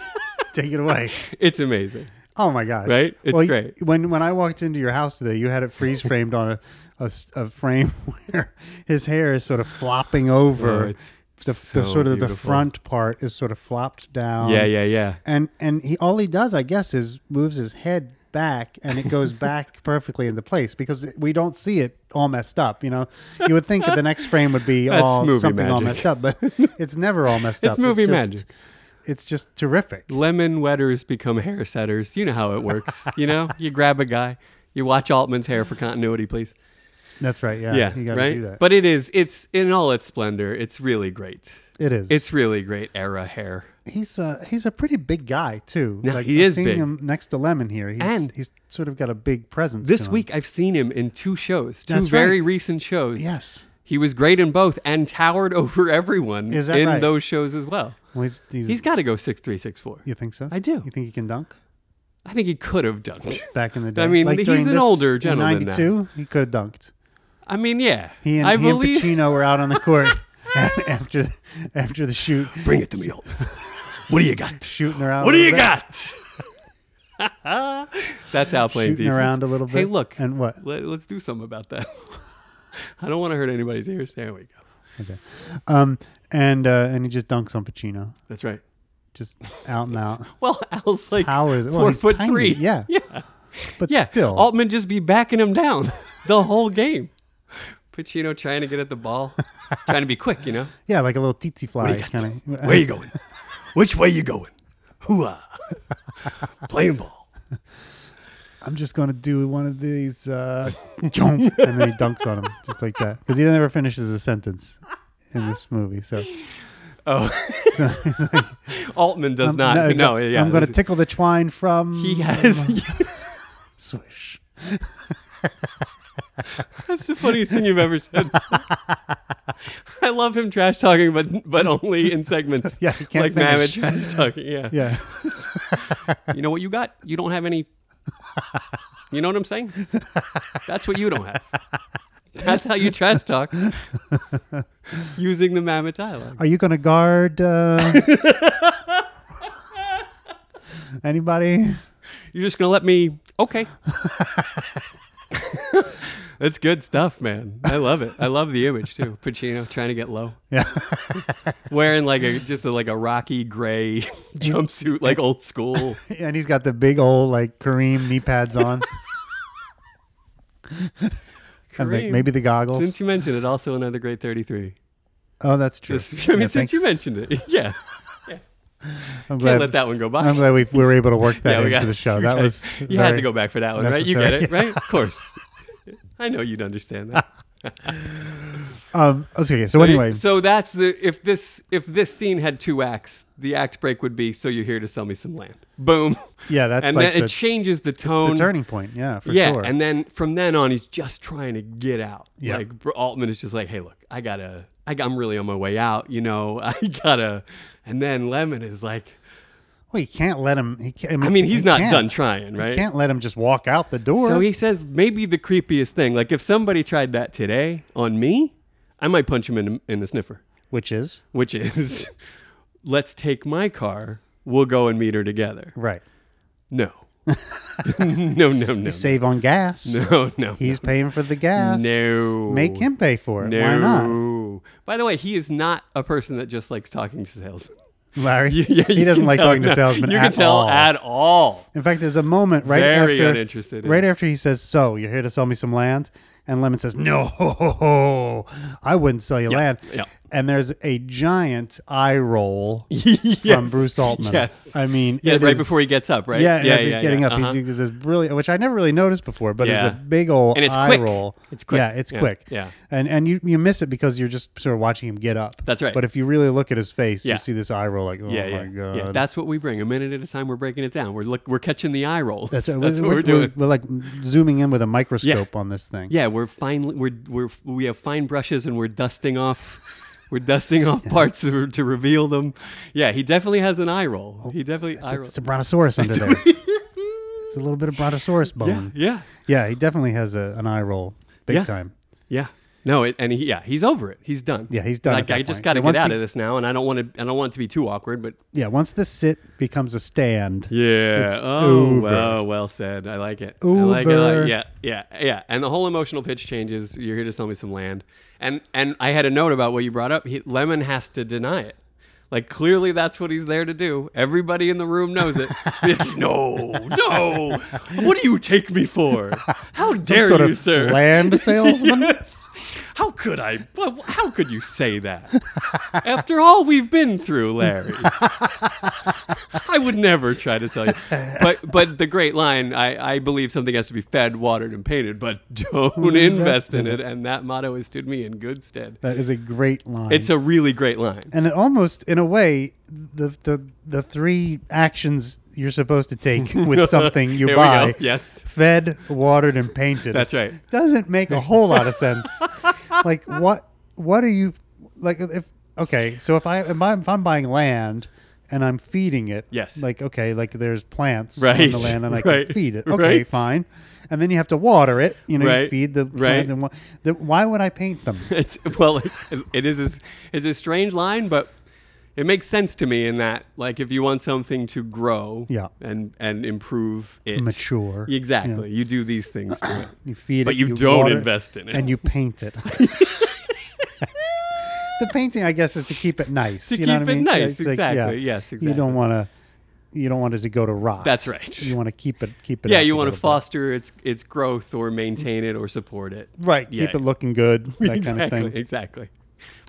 Speaker 1: Take it away.
Speaker 2: It's amazing.
Speaker 1: Oh my gosh!
Speaker 2: Right? It's
Speaker 1: Well,
Speaker 2: great.
Speaker 1: When when I walked into your house today, you had it freeze framed on a, a s- a frame where his hair is sort of flopping over.
Speaker 2: Oh, it's
Speaker 1: the,
Speaker 2: so
Speaker 1: the sort of the
Speaker 2: beautiful.
Speaker 1: front part is sort of flopped down.
Speaker 2: yeah, yeah, yeah.
Speaker 1: And and he all he does, I guess, is moves his head back and it goes back perfectly into place because we don't see it all messed up. You know, you would think that the next frame would be
Speaker 2: That's
Speaker 1: all
Speaker 2: movie
Speaker 1: something all
Speaker 2: magic.
Speaker 1: messed up, but it's never all messed
Speaker 2: It's
Speaker 1: up.
Speaker 2: movie
Speaker 1: just-
Speaker 2: magic.
Speaker 1: It's just terrific.
Speaker 2: Lemon wetters become hair setters. You know how it works. you know, you grab a guy, you watch Altman's hair for continuity, please.
Speaker 1: That's right. Yeah,
Speaker 2: Yeah,
Speaker 1: you got to
Speaker 2: right.
Speaker 1: do that.
Speaker 2: But it is. It's in all its splendor. It's really great.
Speaker 1: it is.
Speaker 2: It's really great era hair.
Speaker 1: he's a he's a pretty big guy too.
Speaker 2: No, he is
Speaker 1: seeing
Speaker 2: big.
Speaker 1: him next to Lemon here. He's,
Speaker 2: And-
Speaker 1: he's sort of got a big presence
Speaker 2: This
Speaker 1: to him.
Speaker 2: week I've seen him in two shows, two
Speaker 1: That's
Speaker 2: very recent shows.
Speaker 1: Yes.
Speaker 2: He was great in both and towered over everyone
Speaker 1: Is that
Speaker 2: in
Speaker 1: right?
Speaker 2: those shows as well.
Speaker 1: Well, he's, he's,
Speaker 2: He's got to go six three six four.
Speaker 1: You think so?
Speaker 2: I do.
Speaker 1: You think he can dunk
Speaker 2: I think he could have done it.
Speaker 1: back in the day?
Speaker 2: I mean, he's
Speaker 1: during
Speaker 2: an
Speaker 1: this-
Speaker 2: older
Speaker 1: in
Speaker 2: gentleman now.
Speaker 1: '92, he could have dunked.
Speaker 2: I mean, yeah.
Speaker 1: He and,
Speaker 2: I
Speaker 1: he and
Speaker 2: believe.
Speaker 1: Pacino were out on the court a- after after the shoot,
Speaker 2: Bring it to me, old. What do you got?
Speaker 1: shooting around.
Speaker 2: What
Speaker 1: a
Speaker 2: do you
Speaker 1: little bit,
Speaker 2: got? That's how playing
Speaker 1: Shooting
Speaker 2: defense.
Speaker 1: around a little bit.
Speaker 2: Hey, look.
Speaker 1: and what?
Speaker 2: Let, us do something about that. I don't want to hurt anybody's ears. There we go.
Speaker 1: Um, and uh, and he just dunks on Pacino,
Speaker 2: That's right.
Speaker 1: just out and out.
Speaker 2: Well, Al's like
Speaker 1: How is it? Well,
Speaker 2: four
Speaker 1: he's
Speaker 2: foot
Speaker 1: tiny.
Speaker 2: three.
Speaker 1: Yeah,
Speaker 2: Yeah.
Speaker 1: but
Speaker 2: Yeah.
Speaker 1: still,
Speaker 2: Altman just be backing him down the whole game. Pacino trying to get at the ball, trying to be quick, you know?
Speaker 1: yeah, like a little tsetse fly
Speaker 2: got,
Speaker 1: kind of.
Speaker 2: Where you going? Which way you going? Hooah. Playing ball.
Speaker 1: I'm just gonna do one of these, uh, jump, and then he dunks on him just like that because he never finishes a sentence in this movie. So
Speaker 2: Altman does not.
Speaker 1: it's
Speaker 2: no,
Speaker 1: like,
Speaker 2: yeah.
Speaker 1: Um, I'm gonna
Speaker 2: this-
Speaker 1: tickle the twine from
Speaker 2: He has.
Speaker 1: swish.
Speaker 2: That's the funniest thing you've ever said. I love him trash talking, but but only in segments.
Speaker 1: Yeah, he can't
Speaker 2: like Mamet
Speaker 1: finish.
Speaker 2: trash talking. Yeah.
Speaker 1: Yeah.
Speaker 2: you know what you got? You don't have any. You know what I'm saying? That's what you don't have. That's how you trash talk using the Mamet dialogue.
Speaker 1: Are you going to guard uh, anybody?
Speaker 2: You're just gonna let me? Okay. That's good stuff, man. I love it. I love the image too. Pacino trying to get low.
Speaker 1: Yeah,
Speaker 2: wearing like a just a, like a rocky gray jumpsuit, like old school.
Speaker 1: and he's got the big old like Kareem knee pads on, and like,
Speaker 2: Kareem,
Speaker 1: maybe the goggles.
Speaker 2: Since you mentioned it, also another great thirty-three.
Speaker 1: oh, that's true.
Speaker 2: Just, I mean,
Speaker 1: Yeah,
Speaker 2: since
Speaker 1: thanks.
Speaker 2: you mentioned it, yeah,
Speaker 1: I'm
Speaker 2: can't
Speaker 1: glad.
Speaker 2: let that one go by.
Speaker 1: I'm glad we, we were able to work that
Speaker 2: yeah, we
Speaker 1: into
Speaker 2: got
Speaker 1: the show. That was
Speaker 2: you had
Speaker 1: very-
Speaker 2: to go back for that one, right? You get
Speaker 1: necessary.
Speaker 2: it, right? Of course. I know you'd understand that.
Speaker 1: Um, okay, so,
Speaker 2: So you-
Speaker 1: anyway,
Speaker 2: so that's the if this if this scene had two acts, the act break would be so you're here to sell me some land. Boom,
Speaker 1: yeah, that's
Speaker 2: and
Speaker 1: like
Speaker 2: then
Speaker 1: the,
Speaker 2: it changes the
Speaker 1: the
Speaker 2: tone.
Speaker 1: turning point. Yeah, for
Speaker 2: yeah,
Speaker 1: sure.
Speaker 2: and then from then on, he's just trying to get out.
Speaker 1: Yeah.
Speaker 2: Like Br- Altman is just like, "Hey, look, I gotta, I, I'm really on my way out. You know, I gotta." And then Lemon is like,
Speaker 1: well, you can't let him. He can't,
Speaker 2: "I mean,
Speaker 1: he
Speaker 2: he's not
Speaker 1: can't.
Speaker 2: done trying,
Speaker 1: You
Speaker 2: right?"
Speaker 1: can't let him just walk out the door.
Speaker 2: So he says maybe the creepiest thing. Like if somebody tried that today on me, I might punch him in in the sniffer,
Speaker 1: which is
Speaker 2: which is, "Let's take my car. We'll go and meet her together."
Speaker 1: right.
Speaker 2: No, no, no, no,
Speaker 1: Save on gas.
Speaker 2: no, no,
Speaker 1: He's paying for the gas.
Speaker 2: no.
Speaker 1: Make him pay for it.
Speaker 2: No.
Speaker 1: Why not?
Speaker 2: By the way, he is not a person that just likes talking to salesmen.
Speaker 1: Larry,
Speaker 2: Yeah, you
Speaker 1: he doesn't
Speaker 2: can
Speaker 1: like
Speaker 2: tell-
Speaker 1: talking
Speaker 2: no,
Speaker 1: to salesmen
Speaker 2: You
Speaker 1: at
Speaker 2: can tell
Speaker 1: all.
Speaker 2: at all.
Speaker 1: in fact, there's a moment right
Speaker 2: Very
Speaker 1: after
Speaker 2: uninterested in
Speaker 1: right
Speaker 2: it.
Speaker 1: after he says, "So, you're here to sell me some land?" And Lemon says, "No, I wouldn't sell you land."
Speaker 2: yeah.
Speaker 1: And there's a giant eye roll from
Speaker 2: Yes.
Speaker 1: Bruce Altman.
Speaker 2: Yes.
Speaker 1: I mean,
Speaker 2: Yeah,
Speaker 1: it
Speaker 2: right
Speaker 1: is-
Speaker 2: before he gets up, right?
Speaker 1: Yeah, as he's getting up,
Speaker 2: uh-huh.
Speaker 1: he does this brilliant, which I never really noticed before, but
Speaker 2: Yeah.
Speaker 1: it's a big old
Speaker 2: And it's
Speaker 1: eye
Speaker 2: quick.
Speaker 1: roll.
Speaker 2: It's quick.
Speaker 1: Yeah, it's
Speaker 2: Yeah,
Speaker 1: quick.
Speaker 2: yeah.
Speaker 1: and and you you miss it because you're just sort of watching him get up.
Speaker 2: That's right.
Speaker 1: But if you really look at his face,
Speaker 2: Yeah.
Speaker 1: you see this eye roll, like, oh
Speaker 2: yeah,
Speaker 1: my
Speaker 2: yeah,
Speaker 1: god.
Speaker 2: yeah. That's what we bring. A minute at a time, we're breaking it down. We're look, we're catching the eye rolls. That's,
Speaker 1: right.
Speaker 2: what we're, doing.
Speaker 1: uh, We're, like zooming in with a microscope on this thing.
Speaker 2: yeah, we're finally we're we're we have fine brushes and we're dusting off. We're dusting off parts to, to reveal them. Yeah, he definitely has an eye
Speaker 1: Oh,
Speaker 2: roll. He definitely eye roll.
Speaker 1: It's, it's a brontosaurus under there. it's a little bit of brontosaurus bone. Yeah,
Speaker 2: Yeah,
Speaker 1: he definitely has a, an eye roll, big
Speaker 2: Yeah.
Speaker 1: time.
Speaker 2: Yeah. No, it, and he, yeah, he's over it. He's done.
Speaker 1: Yeah, he's done
Speaker 2: Like
Speaker 1: at that
Speaker 2: I just
Speaker 1: point.
Speaker 2: got to
Speaker 1: And
Speaker 2: get
Speaker 1: once
Speaker 2: out
Speaker 1: he-
Speaker 2: of this now, and I don't want to. I don't want it to be too awkward, but
Speaker 1: Yeah, once the sit becomes a stand,
Speaker 2: yeah.
Speaker 1: It's
Speaker 2: oh,
Speaker 1: over.
Speaker 2: well, well said. I like it. I like it. I
Speaker 1: Over.
Speaker 2: like- yeah, yeah, yeah. And the whole emotional pitch changes. You're here to sell me some land, and and I had a note about what you brought up. He, Lemon has to deny it. Like clearly that's what he's there to do. Everybody in the room knows it. It's, no, no. What do you take me for? How dare
Speaker 1: sort
Speaker 2: you,
Speaker 1: of
Speaker 2: sir?
Speaker 1: land salesman.
Speaker 2: Yes. How could I? How could you say that? After all we've been through, Larry, I would never try to sell you. But but the great line, I, I believe something has to be fed, watered, and painted, but don't invest in it. And that motto has stood me in good stead.
Speaker 1: That is a great line.
Speaker 2: It's a really great line.
Speaker 1: and it almost, in a way, the the the three actions you're supposed to take with something you
Speaker 2: Here we
Speaker 1: buy.
Speaker 2: go. Yes.
Speaker 1: Fed, watered, and painted.
Speaker 2: That's right.
Speaker 1: Doesn't make a whole lot of sense. like what? What are you like? If okay, so if I if I'm, if I'm buying land and I'm feeding it,
Speaker 2: Yes.
Speaker 1: Like okay, like there's plants on
Speaker 2: Right.
Speaker 1: the land and I
Speaker 2: Right.
Speaker 1: can feed it. Okay,
Speaker 2: Right.
Speaker 1: fine. And then you have to water it. You know, you
Speaker 2: Right.
Speaker 1: feed the
Speaker 2: Right.
Speaker 1: plant. And wa- then why would I paint them?
Speaker 2: It's well, it, it is a, s- it's a strange line, but it makes sense to me in that like if you want something to grow,
Speaker 1: Yeah.
Speaker 2: and and improve it,
Speaker 1: Mature.
Speaker 2: exactly, you do these things to it.
Speaker 1: You feed
Speaker 2: But
Speaker 1: it,
Speaker 2: you don't
Speaker 1: water
Speaker 2: invest in it.
Speaker 1: and you paint it. the painting, I guess, is to keep it nice.
Speaker 2: To
Speaker 1: you know
Speaker 2: keep
Speaker 1: what I
Speaker 2: it
Speaker 1: mean?
Speaker 2: nice,
Speaker 1: It's like,
Speaker 2: exactly. Yes,
Speaker 1: You don't
Speaker 2: exactly.
Speaker 1: want to. You don't want it to go to rot.
Speaker 2: That's right.
Speaker 1: You want to keep it. Keep it.
Speaker 2: yeah,
Speaker 1: up
Speaker 2: you
Speaker 1: a
Speaker 2: want to
Speaker 1: little bit.
Speaker 2: foster its its growth or maintain it or support it.
Speaker 1: Right.
Speaker 2: Yeah,
Speaker 1: Keep it looking good. That
Speaker 2: exactly,
Speaker 1: kind of thing.
Speaker 2: exactly.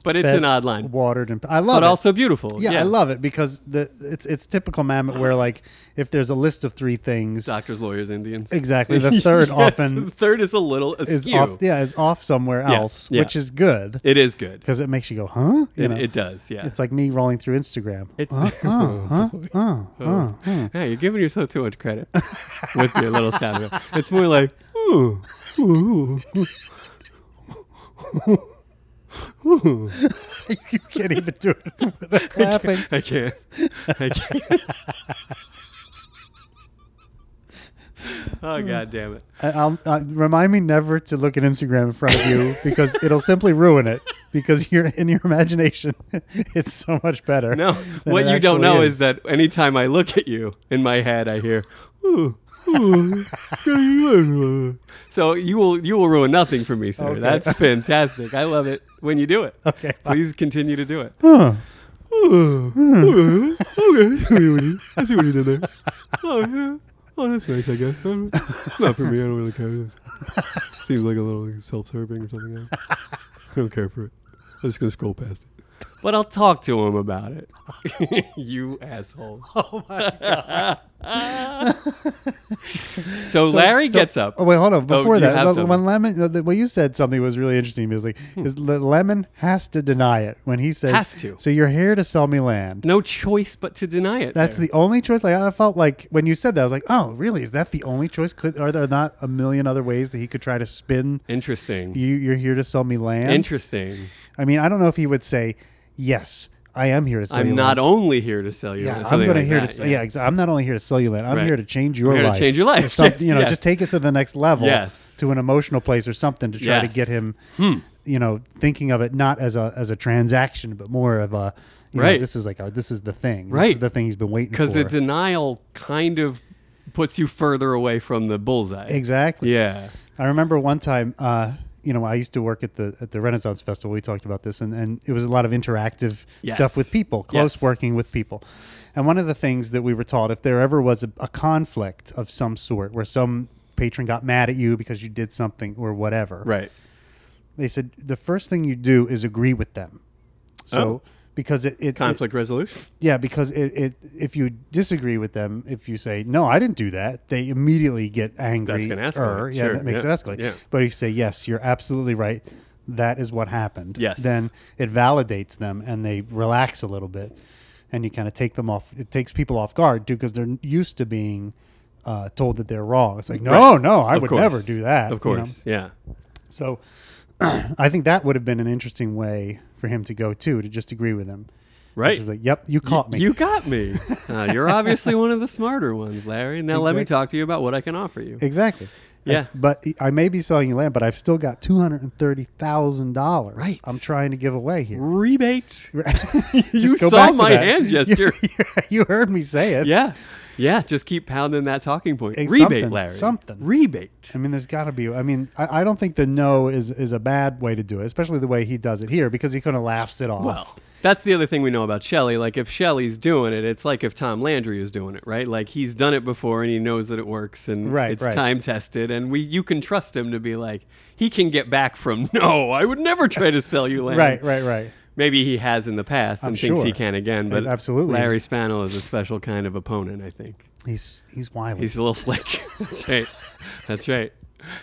Speaker 2: But it's
Speaker 1: Fed,
Speaker 2: an odd line,
Speaker 1: Watered and I love
Speaker 2: but
Speaker 1: it.
Speaker 2: also beautiful.
Speaker 1: yeah, I love it because the it's it's typical Mammoth where like if there's a list of three things,
Speaker 2: doctors, lawyers, Indians.
Speaker 1: exactly the third
Speaker 2: Yes, the
Speaker 1: often
Speaker 2: third is a little
Speaker 1: is
Speaker 2: askew.
Speaker 1: off. Yeah, is off somewhere else,
Speaker 2: yeah.
Speaker 1: which is good
Speaker 2: It is good.
Speaker 1: because it makes you go, huh? You
Speaker 2: It,
Speaker 1: know?
Speaker 2: it does. Yeah.
Speaker 1: It's uh-huh, like me rolling through Instagram.
Speaker 2: It's-
Speaker 1: Huh? Huh? Huh? Huh? Huh? hmm.
Speaker 2: Yeah, you're giving yourself too much credit with your little sound. effect. It's more like, ooh, ooh.
Speaker 1: you can't even do it without laughing.
Speaker 2: I can't. I can't. oh, God damn it.
Speaker 1: I- I'll, uh, remind me never to look at Instagram in front of you because it'll simply ruin it. Because you're in your imagination, it's so much better.
Speaker 2: No,
Speaker 1: than
Speaker 2: what
Speaker 1: it
Speaker 2: you don't
Speaker 1: actually
Speaker 2: know is. that anytime I look at you in my head, I hear, ooh, ooh. so you will you will ruin nothing for me, sir.
Speaker 1: Okay.
Speaker 2: That's fantastic. I love it when you do it.
Speaker 1: Okay, fine.
Speaker 2: Please continue to do it.
Speaker 1: Huh.
Speaker 2: okay, I see what you did. I see what you did there. Oh, yeah. oh that's nice, I guess. Um, not for me. I don't really care. Seems like a little self-serving or something. Else. I don't care for it. I'm just gonna scroll past it. But I'll talk to him about it. you asshole.
Speaker 1: Oh my
Speaker 2: So Larry
Speaker 1: So-
Speaker 2: gets up.
Speaker 1: Oh wait, hold on.
Speaker 2: Oh,
Speaker 1: Before
Speaker 2: you
Speaker 1: that,
Speaker 2: have
Speaker 1: look,
Speaker 2: something.
Speaker 1: when lemon, uh, the- what you said something was really interesting. It was like, is Le- lemon has to deny it when he says,
Speaker 2: Has to.
Speaker 1: So you're here to sell me land.
Speaker 2: no choice but to deny it.
Speaker 1: That's
Speaker 2: there.
Speaker 1: the only choice. Like I felt like when you said that, I was like, "Oh, really? Is that the only choice? Could are there not a million other ways that he could try to spin?
Speaker 2: interesting.
Speaker 1: You, you're here to sell me land.
Speaker 2: Interesting.
Speaker 1: I mean, I don't know if he would say, "Yes, I am here to sell you
Speaker 2: I'm not
Speaker 1: land."
Speaker 2: only here to sell you.
Speaker 1: yeah, I'm
Speaker 2: something
Speaker 1: gonna
Speaker 2: like
Speaker 1: here
Speaker 2: that,
Speaker 1: to yeah. exa- I'm not only here to sell you land. I'm
Speaker 2: Right.
Speaker 1: here to change your
Speaker 2: here to
Speaker 1: life.
Speaker 2: change your
Speaker 1: Or
Speaker 2: life.
Speaker 1: some- you
Speaker 2: Yes,
Speaker 1: know,
Speaker 2: yes.
Speaker 1: just take it to the next level.
Speaker 2: Yes.
Speaker 1: to an emotional place or something to try to
Speaker 2: Yes. Hmm.
Speaker 1: get him. You know, thinking of it not as a as a transaction, but more of a you know,
Speaker 2: Right.
Speaker 1: this is like a, this is the thing. This is
Speaker 2: Right.
Speaker 1: the thing he's been waiting for.
Speaker 2: because the denial kind of puts you further away from the bullseye.
Speaker 1: exactly.
Speaker 2: Yeah.
Speaker 1: I remember one time, uh, you know, I used to work at the at the Renaissance Festival. We talked about this, and, and it was a lot of interactive
Speaker 2: Yes.
Speaker 1: stuff with people, close
Speaker 2: Yes.
Speaker 1: working with people. And one of the things that we were taught, if there ever was a, a conflict of some sort, where some patron got mad at you because you did something or whatever,
Speaker 2: Right.
Speaker 1: they said the first thing you do is agree with them. So. Because it, it, it
Speaker 2: Oh. Conflict resolution.
Speaker 1: yeah, because it, it if you disagree with them, if you say no, I didn't do that, they immediately get angry.
Speaker 2: That's gonna escalate.
Speaker 1: or- Yeah,
Speaker 2: Sure,
Speaker 1: that makes
Speaker 2: yeah,
Speaker 1: it escalate.
Speaker 2: yeah.
Speaker 1: But if you say yes, you're absolutely right. That is what happened.
Speaker 2: Yes.
Speaker 1: Then it validates them and they relax a little bit, and you kind of take them off. It takes people off guard too because they're used to being uh, told that they're wrong. It's like no, no, I
Speaker 2: Of
Speaker 1: would
Speaker 2: course.
Speaker 1: never do that.
Speaker 2: Of
Speaker 1: uh, you know?
Speaker 2: course. Yeah.
Speaker 1: So I think that would have been an interesting way for him to go too to just agree with him.
Speaker 2: Right.
Speaker 1: Just Like, yep, you caught me.
Speaker 2: You got me. Uh, you're obviously one of the smarter ones, Larry. Now let me
Speaker 1: Exactly.
Speaker 2: talk to you about what I can offer you.
Speaker 1: Exactly. I s-
Speaker 2: Yeah.
Speaker 1: but I may be selling you land, but I've still got two hundred and thirty thousand dollars. Right. I'm trying to give away here.
Speaker 2: Rebate.
Speaker 1: Just
Speaker 2: You
Speaker 1: go
Speaker 2: saw
Speaker 1: back to
Speaker 2: my
Speaker 1: that.
Speaker 2: hand
Speaker 1: You-
Speaker 2: gesture.
Speaker 1: you heard me say it.
Speaker 2: yeah. Yeah, just keep pounding that talking point.
Speaker 1: Hey,
Speaker 2: rebate,
Speaker 1: something,
Speaker 2: Larry.
Speaker 1: something.
Speaker 2: Rebate.
Speaker 1: I mean, there's got to be. I mean, I, I don't think the no is is a bad way to do it, especially the way he does it here because he kind of laughs it off.
Speaker 2: Well, Oh. that's the other thing we know about Shelley. Like, if Shelley's doing it, it's like if Tom Landry is doing it, right? Like, he's done it before and he knows that it works and
Speaker 1: Right,
Speaker 2: it's
Speaker 1: right.
Speaker 2: time tested. And we, you can trust him to be like, he can get back from, no, I would never try to sell you land.
Speaker 1: right, right, right.
Speaker 2: Maybe he has in the past and
Speaker 1: I'm
Speaker 2: thinks he
Speaker 1: sure.
Speaker 2: can again. But
Speaker 1: absolutely.
Speaker 2: Larry Spano is a special kind of opponent, I think.
Speaker 1: He's he's wily.
Speaker 2: He's a little slick. That's right. That's right.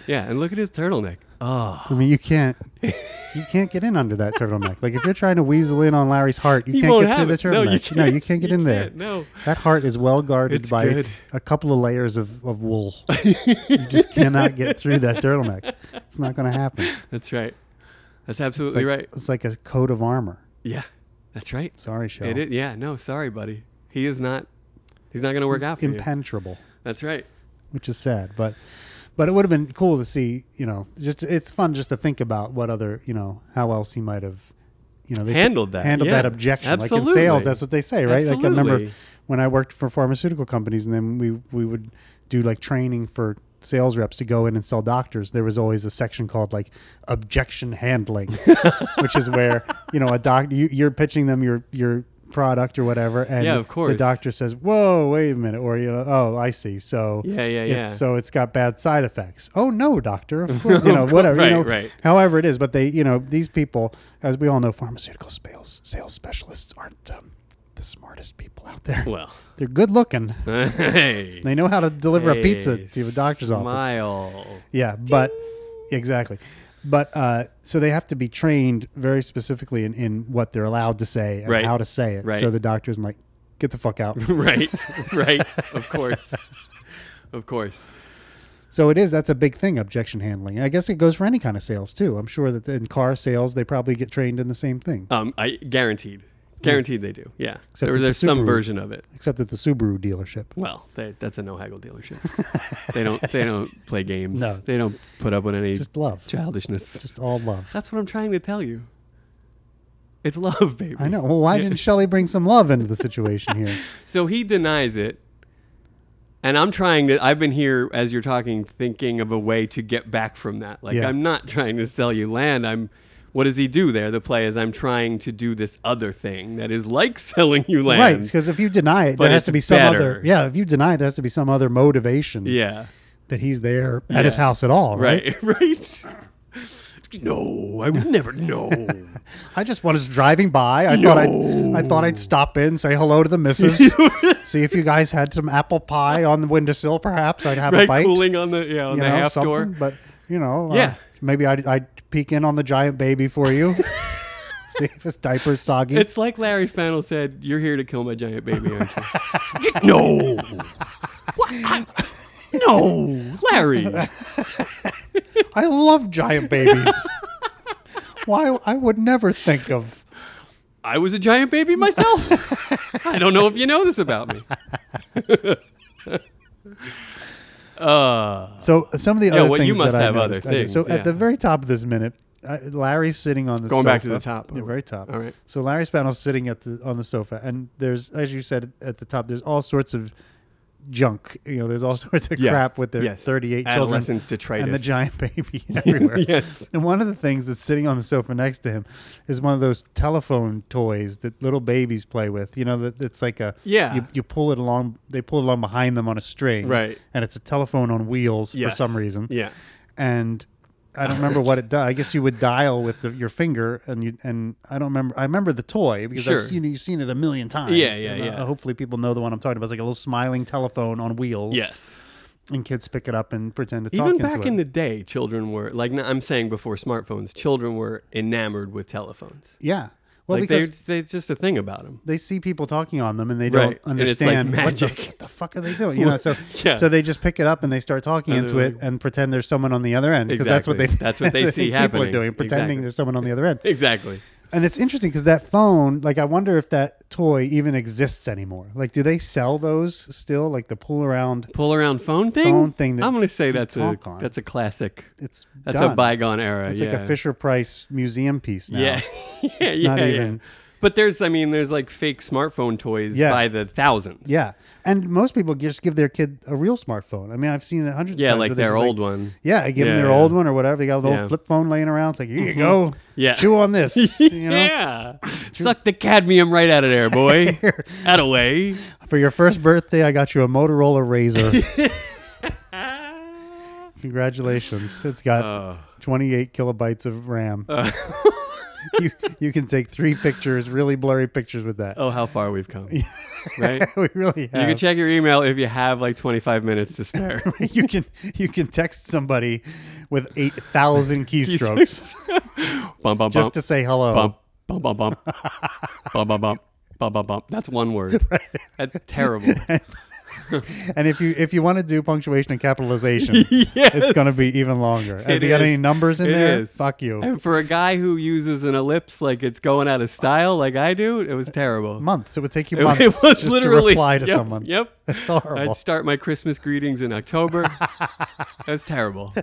Speaker 2: Yeah, and look at his turtleneck.
Speaker 1: I mean, you can't you can't get in under that turtleneck. Like if you're trying to weasel in on Larry's heart, you
Speaker 2: He
Speaker 1: can't
Speaker 2: won't
Speaker 1: get
Speaker 2: have
Speaker 1: through the
Speaker 2: it. No,
Speaker 1: turtleneck.
Speaker 2: you can't.
Speaker 1: can't get
Speaker 2: You
Speaker 1: in there.
Speaker 2: can't. No.
Speaker 1: that heart is well guarded
Speaker 2: It's
Speaker 1: by
Speaker 2: good.
Speaker 1: a couple of layers of, of wool. you just cannot get through that turtleneck. It's not going to happen. It's
Speaker 2: That's right. That's
Speaker 1: like,
Speaker 2: absolutely right.
Speaker 1: It's like a coat of armor.
Speaker 2: Yeah, that's right.
Speaker 1: Sorry, Shell.
Speaker 2: It is, yeah, no, sorry, buddy. He is not. He's not going to work out
Speaker 1: It's
Speaker 2: for you.
Speaker 1: impenetrable.
Speaker 2: That's right.
Speaker 1: which is sad. But but it would have been cool to see. You know, just it's fun just to think about what other you know how else he might have. You know, they
Speaker 2: Handled that,
Speaker 1: handled
Speaker 2: yeah.
Speaker 1: that objection. Like in
Speaker 2: Absolutely.
Speaker 1: sales, that's what they say, right? Like I remember
Speaker 2: Absolutely.
Speaker 1: when I worked for pharmaceutical companies, and then we we would do like training for sales reps to go in and sell doctors. There was always a section called like objection handling, which is where you know a doc you, you're pitching them your your product or whatever, and
Speaker 2: Yeah, of course.
Speaker 1: the doctor says, "Whoa, wait a minute," or you know, "Oh, I see." So
Speaker 2: Yeah, yeah,
Speaker 1: it's
Speaker 2: yeah.
Speaker 1: So it's got bad side effects. Oh no, doctor. Of course, you know, whatever.
Speaker 2: Right,
Speaker 1: you know,
Speaker 2: right.
Speaker 1: However it is, but they, you know, these people, as we all know, pharmaceutical sales sales specialists aren't um, the smartest people out there.
Speaker 2: Well,
Speaker 1: They're good looking.
Speaker 2: hey,
Speaker 1: They know how to deliver
Speaker 2: Hey,
Speaker 1: a pizza to a doctor's office.
Speaker 2: Smile.
Speaker 1: Yeah, but exactly. But uh, so they have to be trained very specifically in, in what they're allowed to say and
Speaker 2: Right.
Speaker 1: how to say it.
Speaker 2: Right.
Speaker 1: So the doctor isn't like, get the fuck out.
Speaker 2: right, right. Of course, of course.
Speaker 1: So it is. That's a big thing. Objection handling. I guess it goes for any kind of sales too. I'm sure that in car sales they probably get trained in the same thing.
Speaker 2: Um, I guaranteed, guaranteed they do. Yeah,
Speaker 1: Except
Speaker 2: there,
Speaker 1: it's a
Speaker 2: there's some
Speaker 1: Subaru.
Speaker 2: version of it.
Speaker 1: Except at the Subaru dealership.
Speaker 2: Well, they, that's a no haggle dealership. they don't. They don't play games.
Speaker 1: No.
Speaker 2: they don't put up with any
Speaker 1: It's just love.
Speaker 2: childishness.
Speaker 1: Just all love.
Speaker 2: That's what I'm trying to tell you. It's love, baby.
Speaker 1: I know. Well, why didn't Shelley bring some love into the situation here?
Speaker 2: So he denies it. And I'm trying to, I've been here as you're talking, thinking of a way to get back from that. Like,
Speaker 1: Yeah.
Speaker 2: I'm not trying to sell you land. I'm, what does he do there? The play is, I'm trying to do this other thing that is like selling you land.
Speaker 1: Right. Because if you deny it,
Speaker 2: But
Speaker 1: there has
Speaker 2: it's
Speaker 1: to be some
Speaker 2: better.
Speaker 1: other. Yeah. If you deny it, there has to be some other motivation
Speaker 2: Yeah.
Speaker 1: that he's there at
Speaker 2: Yeah.
Speaker 1: his house at all. Right?
Speaker 2: Right. Right. no, I would never know.
Speaker 1: I just was driving by. I thought I'd, I thought I'd stop in, say hello to the missus, see if you guys had some apple pie on the windowsill. Perhaps I'd have a
Speaker 2: right.
Speaker 1: bite.
Speaker 2: Cooling on the, yeah, on
Speaker 1: you
Speaker 2: the
Speaker 1: know,
Speaker 2: half
Speaker 1: something,
Speaker 2: door.
Speaker 1: But you know,
Speaker 2: Yeah.
Speaker 1: uh, maybe I'd, I'd peek in on the giant baby for you, see if his diaper's soggy.
Speaker 2: It's like Larry Spano said, "You're here to kill my giant baby, aren't you?" no, no, Larry.
Speaker 1: I love giant babies. Why I would never think of
Speaker 2: I was a giant baby myself. I don't know if you know this about me. uh,
Speaker 1: so some of the other
Speaker 2: well, you
Speaker 1: things
Speaker 2: must
Speaker 1: that
Speaker 2: have
Speaker 1: I
Speaker 2: other
Speaker 1: noticed. I do. So
Speaker 2: things, yeah.
Speaker 1: at the very top of this minute, uh, Larry's sitting on the
Speaker 2: Going
Speaker 1: sofa,
Speaker 2: back to the top.
Speaker 1: the very top.
Speaker 2: All right.
Speaker 1: So Larry Spano's sitting at the on the sofa, and there's as you said at the top, there's all sorts of junk. You know, there's all sorts of
Speaker 2: Yeah.
Speaker 1: crap with their
Speaker 2: Yes.
Speaker 1: 38 children
Speaker 2: Adolescent detritus.
Speaker 1: and the giant baby everywhere.
Speaker 2: yes.
Speaker 1: And one of the things that's sitting on the sofa next to him is one of those telephone toys that little babies play with. You know, that it's like a
Speaker 2: Yeah.
Speaker 1: You, you pull it along. They pull it along behind them on a string,
Speaker 2: Right.
Speaker 1: And it's a telephone on wheels for
Speaker 2: Yes.
Speaker 1: some reason.
Speaker 2: Yeah.
Speaker 1: And I don't remember what it does. I guess you would dial with the, your finger, and you and I don't remember. I remember the toy because
Speaker 2: Sure.
Speaker 1: I've seen it, you've seen it a million times.
Speaker 2: Yeah, yeah,
Speaker 1: and, uh,
Speaker 2: yeah.
Speaker 1: hopefully, people know the one I'm talking about. It's like a little smiling telephone on wheels.
Speaker 2: Yes.
Speaker 1: and kids pick it up and pretend to talk
Speaker 2: Even
Speaker 1: into
Speaker 2: back
Speaker 1: it.
Speaker 2: in the day, children were like n- I'm saying before smartphones, children were enamored with telephones.
Speaker 1: yeah. Well,
Speaker 2: like
Speaker 1: because
Speaker 2: they, they it's just a thing about them.
Speaker 1: they see people talking on them and they
Speaker 2: Right.
Speaker 1: don't
Speaker 2: And it's like
Speaker 1: understand what, the,
Speaker 2: magic.
Speaker 1: what the fuck are they doing you know so
Speaker 2: Yeah.
Speaker 1: so they just pick it up and they start talking
Speaker 2: And
Speaker 1: into
Speaker 2: they're
Speaker 1: it and pretend there's someone on the other end because that's what they
Speaker 2: Exactly. That's what they
Speaker 1: think
Speaker 2: see
Speaker 1: people
Speaker 2: happening.
Speaker 1: are doing pretending
Speaker 2: Exactly.
Speaker 1: there's someone on the other end
Speaker 2: Exactly.
Speaker 1: and it's interesting because that phone like i wonder if that toy even exists anymore like do they sell those still like the pull around
Speaker 2: pull around phone thing.
Speaker 1: Phone thing that
Speaker 2: I'm going to say that's a
Speaker 1: talk on.
Speaker 2: that's a classic.
Speaker 1: it's
Speaker 2: That's a
Speaker 1: done.
Speaker 2: bygone era.
Speaker 1: it's
Speaker 2: yeah.
Speaker 1: like a fisher price museum piece now
Speaker 2: Yeah. yeah.
Speaker 1: it's
Speaker 2: yeah,
Speaker 1: not
Speaker 2: yeah.
Speaker 1: even
Speaker 2: But there's, I mean, there's like fake smartphone toys
Speaker 1: Yeah.
Speaker 2: by the thousands.
Speaker 1: Yeah, and most people just give their kid a real smartphone. I mean, I've seen it hundreds.
Speaker 2: Yeah,
Speaker 1: of times
Speaker 2: like
Speaker 1: where they're
Speaker 2: their
Speaker 1: just
Speaker 2: old one.
Speaker 1: Yeah, I give
Speaker 2: Yeah,
Speaker 1: them their
Speaker 2: yeah.
Speaker 1: old one or whatever. They got an old
Speaker 2: Yeah. Mm-hmm.
Speaker 1: flip phone laying around. It's like here you go.
Speaker 2: Yeah.
Speaker 1: chew on this. You know,
Speaker 2: Yeah. Suck the cadmium right out of there, boy. out of way.
Speaker 1: for your first birthday, I got you a Motorola Razor. Congratulations! It's got
Speaker 2: Uh.
Speaker 1: 28 kilobytes of RAM. you you can take three pictures, really blurry pictures with that.
Speaker 2: Oh, how far we've come. right?
Speaker 1: we really
Speaker 2: You
Speaker 1: have.
Speaker 2: can check your email if you have like 25 minutes to spare.
Speaker 1: you can you can text somebody with 8,000 keystrokes
Speaker 2: bump, bump,
Speaker 1: just
Speaker 2: bump,
Speaker 1: to say hello.
Speaker 2: bump, bump, bump, bump, bump, bump, bump, bump, bump, bump. That's one word. That's terrible.
Speaker 1: And if you if you want to do punctuation and capitalization, it's going to be even longer. And if
Speaker 2: It
Speaker 1: you got
Speaker 2: is.
Speaker 1: any numbers in
Speaker 2: It
Speaker 1: there,
Speaker 2: is.
Speaker 1: fuck you.
Speaker 2: And for a guy who uses an ellipse like it's going out of style, like I do, it was terrible.
Speaker 1: months. It would take you
Speaker 2: It-
Speaker 1: months
Speaker 2: it was
Speaker 1: just
Speaker 2: literally
Speaker 1: to reply to
Speaker 2: yep,
Speaker 1: someone.
Speaker 2: Yep.
Speaker 1: It's horrible.
Speaker 2: I'd start my Christmas greetings in October. That's terrible.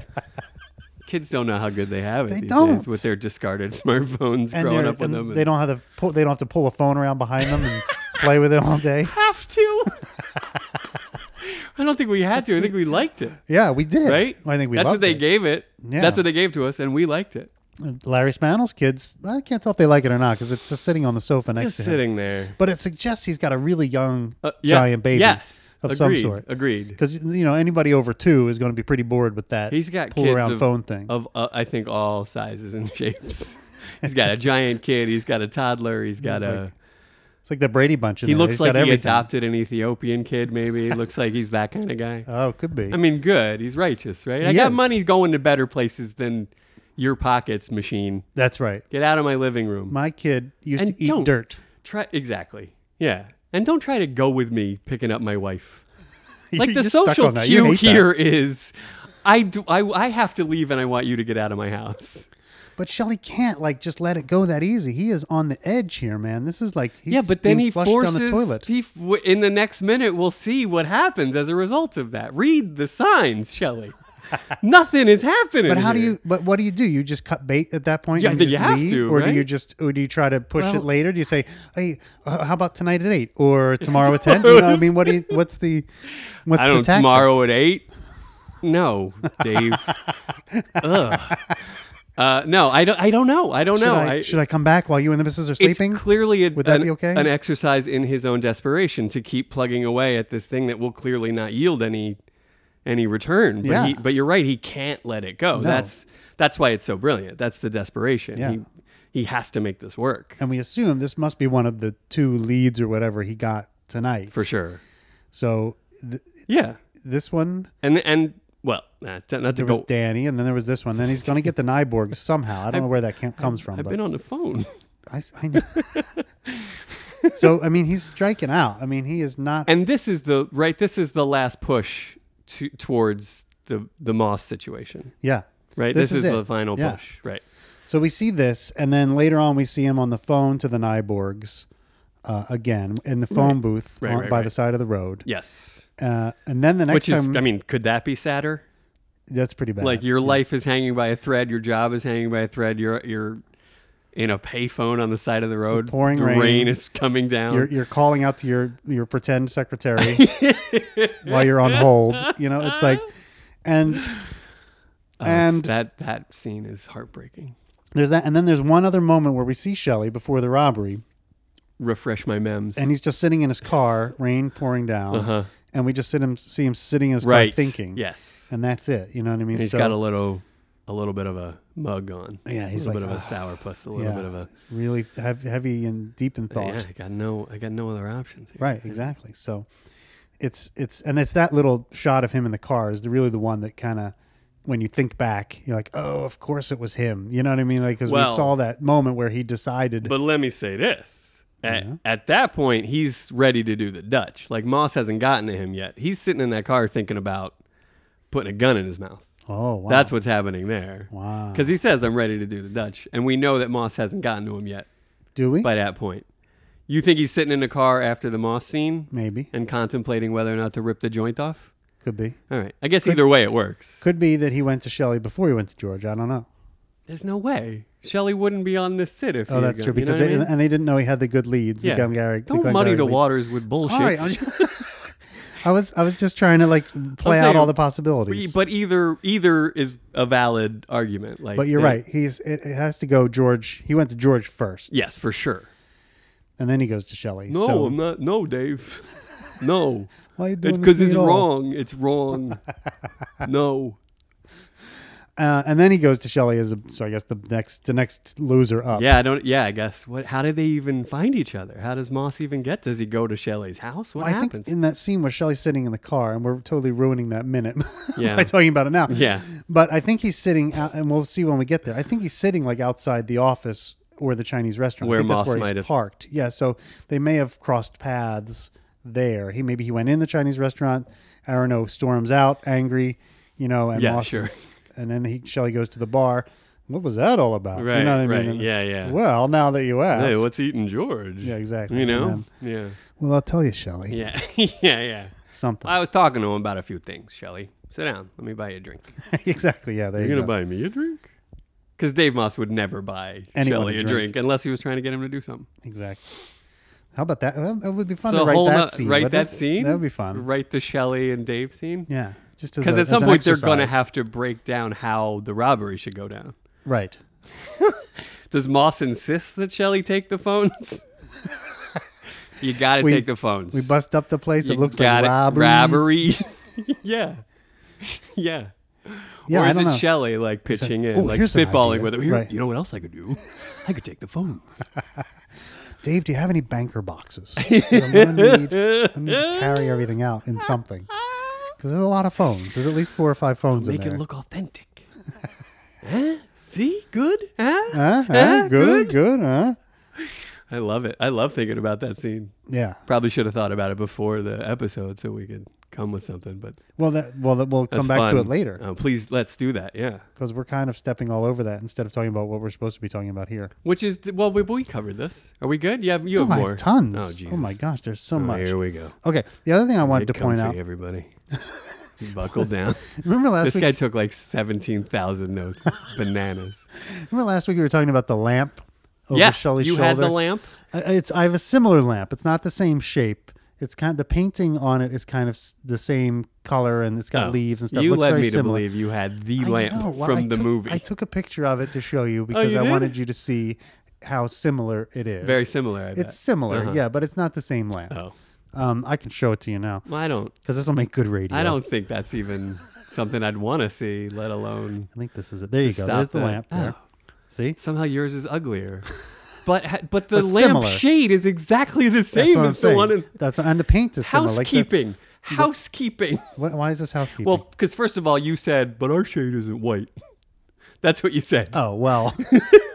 Speaker 2: Kids don't know how good they have it
Speaker 1: They
Speaker 2: these days
Speaker 1: don't.
Speaker 2: with their discarded smartphones
Speaker 1: and
Speaker 2: growing
Speaker 1: they're-
Speaker 2: up with
Speaker 1: and
Speaker 2: them. and-
Speaker 1: they don't have to pull, they don't have to pull a phone around behind them and play with it all day.
Speaker 2: have to. I don't think we had to. I think we liked it,
Speaker 1: Yeah, we did.
Speaker 2: right?
Speaker 1: I think we
Speaker 2: That's what
Speaker 1: loved
Speaker 2: they
Speaker 1: it.
Speaker 2: gave it.
Speaker 1: Yeah.
Speaker 2: That's what they gave to us, and we liked it.
Speaker 1: Larry Spannell's kids. I can't tell if they like it or not because it's just sitting on the sofa next
Speaker 2: Just
Speaker 1: to him.
Speaker 2: sitting there.
Speaker 1: But it suggests he's got a really young
Speaker 2: Uh, yeah.
Speaker 1: giant baby
Speaker 2: Yes.
Speaker 1: of
Speaker 2: Agreed.
Speaker 1: some sort.
Speaker 2: Agreed.
Speaker 1: Because you know anybody over two is going to be pretty bored with that.
Speaker 2: He's got
Speaker 1: pull
Speaker 2: kids
Speaker 1: around
Speaker 2: of-
Speaker 1: phone thing.
Speaker 2: Of uh, I think all sizes and shapes. He's got a giant kid. He's got a toddler. He's got a.
Speaker 1: like- it's like the Brady Bunch. In
Speaker 2: he
Speaker 1: there.
Speaker 2: looks
Speaker 1: He's
Speaker 2: like
Speaker 1: got
Speaker 2: he
Speaker 1: everything.
Speaker 2: adopted an Ethiopian kid. Maybe looks like he's that kind of guy.
Speaker 1: Oh, could be.
Speaker 2: I mean, good. He's righteous, right? I
Speaker 1: He
Speaker 2: got
Speaker 1: is.
Speaker 2: money going to better places than your pockets machine.
Speaker 1: That's right.
Speaker 2: Get out of my living room.
Speaker 1: My kid used
Speaker 2: And
Speaker 1: to eat
Speaker 2: don't-
Speaker 1: dirt.
Speaker 2: Try exactly. Yeah. And don't try to go with me picking up my wife. Like
Speaker 1: You're
Speaker 2: the
Speaker 1: stuck
Speaker 2: social
Speaker 1: on that. You
Speaker 2: cue
Speaker 1: hate that.
Speaker 2: here is I do I, I have to leave and I want you to get out of my house.
Speaker 1: But Shelly can't like just let it go that easy. He is on the edge here, man. This is like he's
Speaker 2: yeah, but then
Speaker 1: being
Speaker 2: he
Speaker 1: flushed
Speaker 2: forces
Speaker 1: down the toilet.
Speaker 2: He, f- in the next minute we'll see what happens as a result of that. Read the signs, Shelley. Nothing is happening.
Speaker 1: But how do
Speaker 2: here.
Speaker 1: you? But what do you do? You just cut bait at that point?
Speaker 2: Yeah,
Speaker 1: and
Speaker 2: then you
Speaker 1: just
Speaker 2: have
Speaker 1: leave?
Speaker 2: to,
Speaker 1: or
Speaker 2: right?
Speaker 1: do you just? Or do you try to push
Speaker 2: Well-
Speaker 1: it later? Do you say, "Hey, uh, how about tonight at eight or tomorrow at 10? You know, I mean, what do you? What's the? What's
Speaker 2: I
Speaker 1: the
Speaker 2: don't
Speaker 1: tactic?
Speaker 2: tomorrow at eight. No, Dave. Ugh. Uh, no, I don't. I don't know. I don't
Speaker 1: Should,
Speaker 2: know.
Speaker 1: I,
Speaker 2: I-
Speaker 1: should I come back while you and the missus are sleeping?
Speaker 2: It's clearly a,
Speaker 1: Would that
Speaker 2: an,
Speaker 1: be okay?
Speaker 2: an exercise in his own desperation to keep plugging away at this thing that will clearly not yield any any return. But
Speaker 1: Yeah.
Speaker 2: he, but you're right, he can't let it go. That's that's why it's so brilliant. That's the desperation.
Speaker 1: Yeah.
Speaker 2: He he has to make this work.
Speaker 1: and we assume this must be one of the two leads or whatever he got tonight.
Speaker 2: For sure.
Speaker 1: So th-
Speaker 2: Yeah.
Speaker 1: this one
Speaker 2: And and well, not to, not to
Speaker 1: there was
Speaker 2: go
Speaker 1: Danny, and then there was this one. Then he's going to get the Nyborgs somehow. I don't know where that can- comes from.
Speaker 2: I've
Speaker 1: but
Speaker 2: been on the phone.
Speaker 1: I, I know. so I mean, he's striking out. I mean, he is not.
Speaker 2: and this is the right this is the last push to, towards the the moss situation.
Speaker 1: yeah.
Speaker 2: Right?
Speaker 1: This
Speaker 2: This,
Speaker 1: is
Speaker 2: is,
Speaker 1: it.
Speaker 2: the final
Speaker 1: Yeah.
Speaker 2: push. Right.
Speaker 1: So we see this, and then later on, we see him on the phone to the Nyborgs uh, again in the phone booth
Speaker 2: Right,
Speaker 1: on-
Speaker 2: right,
Speaker 1: by
Speaker 2: right.
Speaker 1: the side of the road.
Speaker 2: Yes.
Speaker 1: Uh, and then the next
Speaker 2: Which is
Speaker 1: time,
Speaker 2: I mean, could that be sadder?
Speaker 1: that's pretty bad.
Speaker 2: like your life is hanging by a thread, your job is hanging by a thread, you're you're in a payphone on the side of the road.
Speaker 1: pouring
Speaker 2: the
Speaker 1: rain.
Speaker 2: rain. is coming down.
Speaker 1: you're, you're calling out to your your pretend secretary while you're on hold. You know, it's like, and
Speaker 2: Oh, it's-
Speaker 1: and-
Speaker 2: that that scene is heartbreaking.
Speaker 1: there's that, and then there's one other moment where we see Shelley before the robbery.
Speaker 2: Refresh my memes.
Speaker 1: and he's just sitting in his car, rain pouring down, and we just sit him see him sitting in his
Speaker 2: Uh-huh. right.
Speaker 1: car thinking,
Speaker 2: Yes.
Speaker 1: and that's it. You know what I mean?
Speaker 2: And he's
Speaker 1: so
Speaker 2: got a little a little bit of a mug on.
Speaker 1: Yeah, he's
Speaker 2: a little
Speaker 1: like, "Ah,
Speaker 2: bit of a sourpuss, a little
Speaker 1: yeah,
Speaker 2: bit of a
Speaker 1: really hev- heavy and deep in thought.
Speaker 2: Yeah, I got no I got no other options here.
Speaker 1: Right, exactly. So it's it's and it's that little shot of him in the car is the, really the one that kind of when you think back, you're like, oh, of course it was him. You know what I mean? Like because we
Speaker 2: Well-
Speaker 1: saw that moment where he decided.
Speaker 2: But let me say this. At,
Speaker 1: Yeah.
Speaker 2: at that point, he's ready to do the Dutch. Like Moss hasn't gotten to him yet. He's sitting in that car thinking about putting a gun in his mouth.
Speaker 1: oh, wow.
Speaker 2: That's what's happening there.
Speaker 1: Wow.
Speaker 2: Because he says, I'm ready to do the Dutch. And we know that Moss hasn't gotten to him yet
Speaker 1: do we?
Speaker 2: by that point. You think he's sitting in the car after the Moss scene
Speaker 1: Maybe
Speaker 2: and contemplating whether or not to rip the joint off?
Speaker 1: could be.
Speaker 2: All right. I guess either way it works.
Speaker 1: Could be that he went to Shelley before he went to George. I don't know.
Speaker 2: There's no way Shelley wouldn't be on this sit if.
Speaker 1: Oh,
Speaker 2: he
Speaker 1: that's
Speaker 2: got-
Speaker 1: true.
Speaker 2: you know
Speaker 1: Because
Speaker 2: what
Speaker 1: they,
Speaker 2: I mean?
Speaker 1: and they didn't know he had the good leads. the
Speaker 2: yeah.
Speaker 1: Glengarry- the
Speaker 2: don't muddy
Speaker 1: Glengarry
Speaker 2: the
Speaker 1: leads.
Speaker 2: waters with bullshit.
Speaker 1: Sorry, I'm I was I was just trying to like play out
Speaker 2: saying,
Speaker 1: all the
Speaker 2: But-
Speaker 1: possibilities. But,
Speaker 2: But either either is a valid argument. Like,
Speaker 1: you're
Speaker 2: they-
Speaker 1: right. He's it, it has to go George. He went to George first,
Speaker 2: Yes, for sure.
Speaker 1: and then he goes to Shelley.
Speaker 2: No,
Speaker 1: so,
Speaker 2: I'm not. No, Dave. No,
Speaker 1: why are you doing this
Speaker 2: because
Speaker 1: to me
Speaker 2: it's
Speaker 1: at all?
Speaker 2: wrong. It's wrong. no.
Speaker 1: Uh, and then he goes to Shelley as a, so I guess the next the next loser up.
Speaker 2: Yeah, I don't. Yeah, I guess. What? How did they even find each other? How does Moss even get? Does he go to Shelley's house? What
Speaker 1: I
Speaker 2: happens?
Speaker 1: think in that scene where Shelley's sitting in the car, and we're totally ruining that minute
Speaker 2: Yeah.
Speaker 1: by talking about it now.
Speaker 2: Yeah.
Speaker 1: But I think he's sitting, out, and we'll see when we get there. I think he's sitting like outside the office or the Chinese restaurant.
Speaker 2: Where
Speaker 1: I think
Speaker 2: Moss
Speaker 1: that's where
Speaker 2: might
Speaker 1: he's
Speaker 2: have-
Speaker 1: parked. Yeah, so they may have crossed paths there. He maybe he went in the Chinese restaurant. Arano storms out angry, you know, and
Speaker 2: Yeah,
Speaker 1: Moss,
Speaker 2: sure.
Speaker 1: is- and then he Shelley goes to the bar. What was that all about?
Speaker 2: Right,
Speaker 1: you know what I
Speaker 2: right.
Speaker 1: mean? And-
Speaker 2: Yeah, yeah.
Speaker 1: Well, now that you ask,
Speaker 2: Hey, what's eating George?
Speaker 1: yeah, exactly.
Speaker 2: You
Speaker 1: And
Speaker 2: know?
Speaker 1: then,
Speaker 2: Yeah.
Speaker 1: well, I'll tell you, Shelley,
Speaker 2: Yeah. yeah. Yeah.
Speaker 1: something.
Speaker 2: I was talking to him about a few things, Shelley. Sit down. Let me buy you a drink.
Speaker 1: exactly. Yeah, there you
Speaker 2: You're
Speaker 1: go.
Speaker 2: gonna buy me a drink? Because Dave Moss would never buy
Speaker 1: Anyone
Speaker 2: Shelley
Speaker 1: a
Speaker 2: a drink.
Speaker 1: drink.
Speaker 2: unless he was trying to get him to do something.
Speaker 1: Exactly. How about that? Well, It would be fun
Speaker 2: So
Speaker 1: to
Speaker 2: a
Speaker 1: write
Speaker 2: whole
Speaker 1: that
Speaker 2: not-
Speaker 1: scene.
Speaker 2: write
Speaker 1: wouldn't
Speaker 2: that
Speaker 1: it?
Speaker 2: scene?
Speaker 1: That would be fun.
Speaker 2: Right, the Shelley and Dave scene.
Speaker 1: Um, Yeah. Just
Speaker 2: Because
Speaker 1: as a-
Speaker 2: at some
Speaker 1: as an
Speaker 2: point they're gonna
Speaker 1: exercise.
Speaker 2: have to break down how the robbery should go down.
Speaker 1: right.
Speaker 2: Does Moss insist that Shelley take the phones? you gotta
Speaker 1: We-
Speaker 2: take the phones.
Speaker 1: We bust up the place.
Speaker 2: You
Speaker 1: it looks like
Speaker 2: gotta-
Speaker 1: robbery.
Speaker 2: Robbery. yeah. Yeah.
Speaker 1: Yeah,
Speaker 2: or
Speaker 1: I
Speaker 2: is
Speaker 1: don't
Speaker 2: it
Speaker 1: know.
Speaker 2: Shelley like pitching in,
Speaker 1: "Oh,
Speaker 2: like
Speaker 1: here's an
Speaker 2: spitballing
Speaker 1: idea."
Speaker 2: with him? Here,
Speaker 1: Right.
Speaker 2: You know what else I could do? I could take the phones.
Speaker 1: Dave, do you have any banker boxes? 'Cause I'm gonna need, I'm gonna carry everything out in something. Because there's a lot of phones. There's at least four or five phones
Speaker 2: Make
Speaker 1: in there.
Speaker 2: it look authentic. huh? See? Good? Huh?
Speaker 1: Huh? Huh?
Speaker 2: Huh?
Speaker 1: good, good, huh?
Speaker 2: I love it. I love thinking about that scene.
Speaker 1: Yeah.
Speaker 2: Probably should have thought about it before the episode so we could come with something, but
Speaker 1: Well, that well, that we'll come
Speaker 2: that's
Speaker 1: back to
Speaker 2: fun.
Speaker 1: it later
Speaker 2: Oh, please, let's do that. Yeah.
Speaker 1: because we're kind of stepping all over that instead of talking about what we're supposed to be talking about here.
Speaker 2: Which is, th- well, we, we covered this. Are we good? You have, you
Speaker 1: Oh,
Speaker 2: have
Speaker 1: I
Speaker 2: more.
Speaker 1: have tons.
Speaker 2: Oh,
Speaker 1: oh
Speaker 2: Jesus.
Speaker 1: my gosh, there's so
Speaker 2: Oh,
Speaker 1: much.
Speaker 2: Here we go.
Speaker 1: Okay. The other thing I wanted
Speaker 2: Get
Speaker 1: to point
Speaker 2: comfy,
Speaker 1: out.
Speaker 2: everybody. Buckle down.
Speaker 1: Remember last
Speaker 2: This
Speaker 1: week?
Speaker 2: guy took like 17,000 notes. It's Bananas.
Speaker 1: Remember last week we were talking about the lamp over
Speaker 2: yeah.
Speaker 1: Shelley's
Speaker 2: you
Speaker 1: shoulder.
Speaker 2: had the lamp.
Speaker 1: Uh, It's I have a similar lamp. It's not the same shape. It's kind the painting on it is kind of s- the same color and it's got
Speaker 2: Oh,
Speaker 1: leaves and stuff.
Speaker 2: You
Speaker 1: Looks
Speaker 2: led
Speaker 1: very
Speaker 2: me to
Speaker 1: similar.
Speaker 2: believe you had the
Speaker 1: I
Speaker 2: lamp
Speaker 1: know. Well,
Speaker 2: from
Speaker 1: I
Speaker 2: the
Speaker 1: took-
Speaker 2: movie. Oh,
Speaker 1: I took a picture of it to show you because
Speaker 2: you
Speaker 1: I
Speaker 2: did?
Speaker 1: wanted you to see how similar it is.
Speaker 2: Very similar. I bet.
Speaker 1: It's similar,
Speaker 2: Uh-huh.
Speaker 1: yeah, but it's not the same lamp.
Speaker 2: Oh,
Speaker 1: Um, I can show it to you now
Speaker 2: well, I don't.
Speaker 1: because this will make good radio.
Speaker 2: I don't think that's even something I'd want to see, let alone
Speaker 1: I think this is it. There you go.
Speaker 2: stop
Speaker 1: There's the
Speaker 2: that.
Speaker 1: lamp there.
Speaker 2: Oh,
Speaker 1: See,
Speaker 2: somehow yours is uglier, but ha- but the
Speaker 1: But
Speaker 2: lamp
Speaker 1: similar.
Speaker 2: shade is exactly the
Speaker 1: that's
Speaker 2: same
Speaker 1: what I'm
Speaker 2: as the
Speaker 1: saying.
Speaker 2: one in
Speaker 1: That's and the paint is similar. Like the,
Speaker 2: housekeeping. housekeeping.
Speaker 1: What, why is this housekeeping?
Speaker 2: Well, because first of all, you said, but our shade isn't white. That's what you said.
Speaker 1: oh well,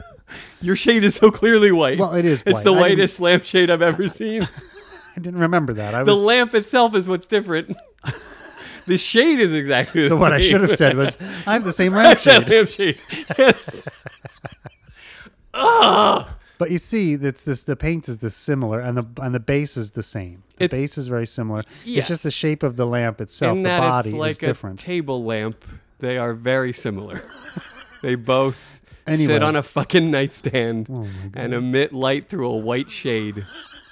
Speaker 2: Your shade is so clearly white.
Speaker 1: Well, it is
Speaker 2: It's
Speaker 1: white.
Speaker 2: the
Speaker 1: I didn't-
Speaker 2: whitest lampshade I've ever seen.
Speaker 1: I didn't remember that. I
Speaker 2: the
Speaker 1: was
Speaker 2: lamp itself is what's different. the shade is exactly the
Speaker 1: so
Speaker 2: same.
Speaker 1: what I should have said was I have the same
Speaker 2: That
Speaker 1: lampshade.
Speaker 2: lampshade. Yes.
Speaker 1: But you see, that's this the paint is the similar and the and the base is the same. The
Speaker 2: It's-
Speaker 1: base is very similar. It's
Speaker 2: Yes.
Speaker 1: just the shape of the lamp itself.
Speaker 2: In
Speaker 1: the
Speaker 2: that
Speaker 1: body
Speaker 2: it's like
Speaker 1: is
Speaker 2: a
Speaker 1: different.
Speaker 2: table lamp. They are very similar. they both
Speaker 1: Anyway. Oh
Speaker 2: sit on a fucking nightstand and emit light through a white shade.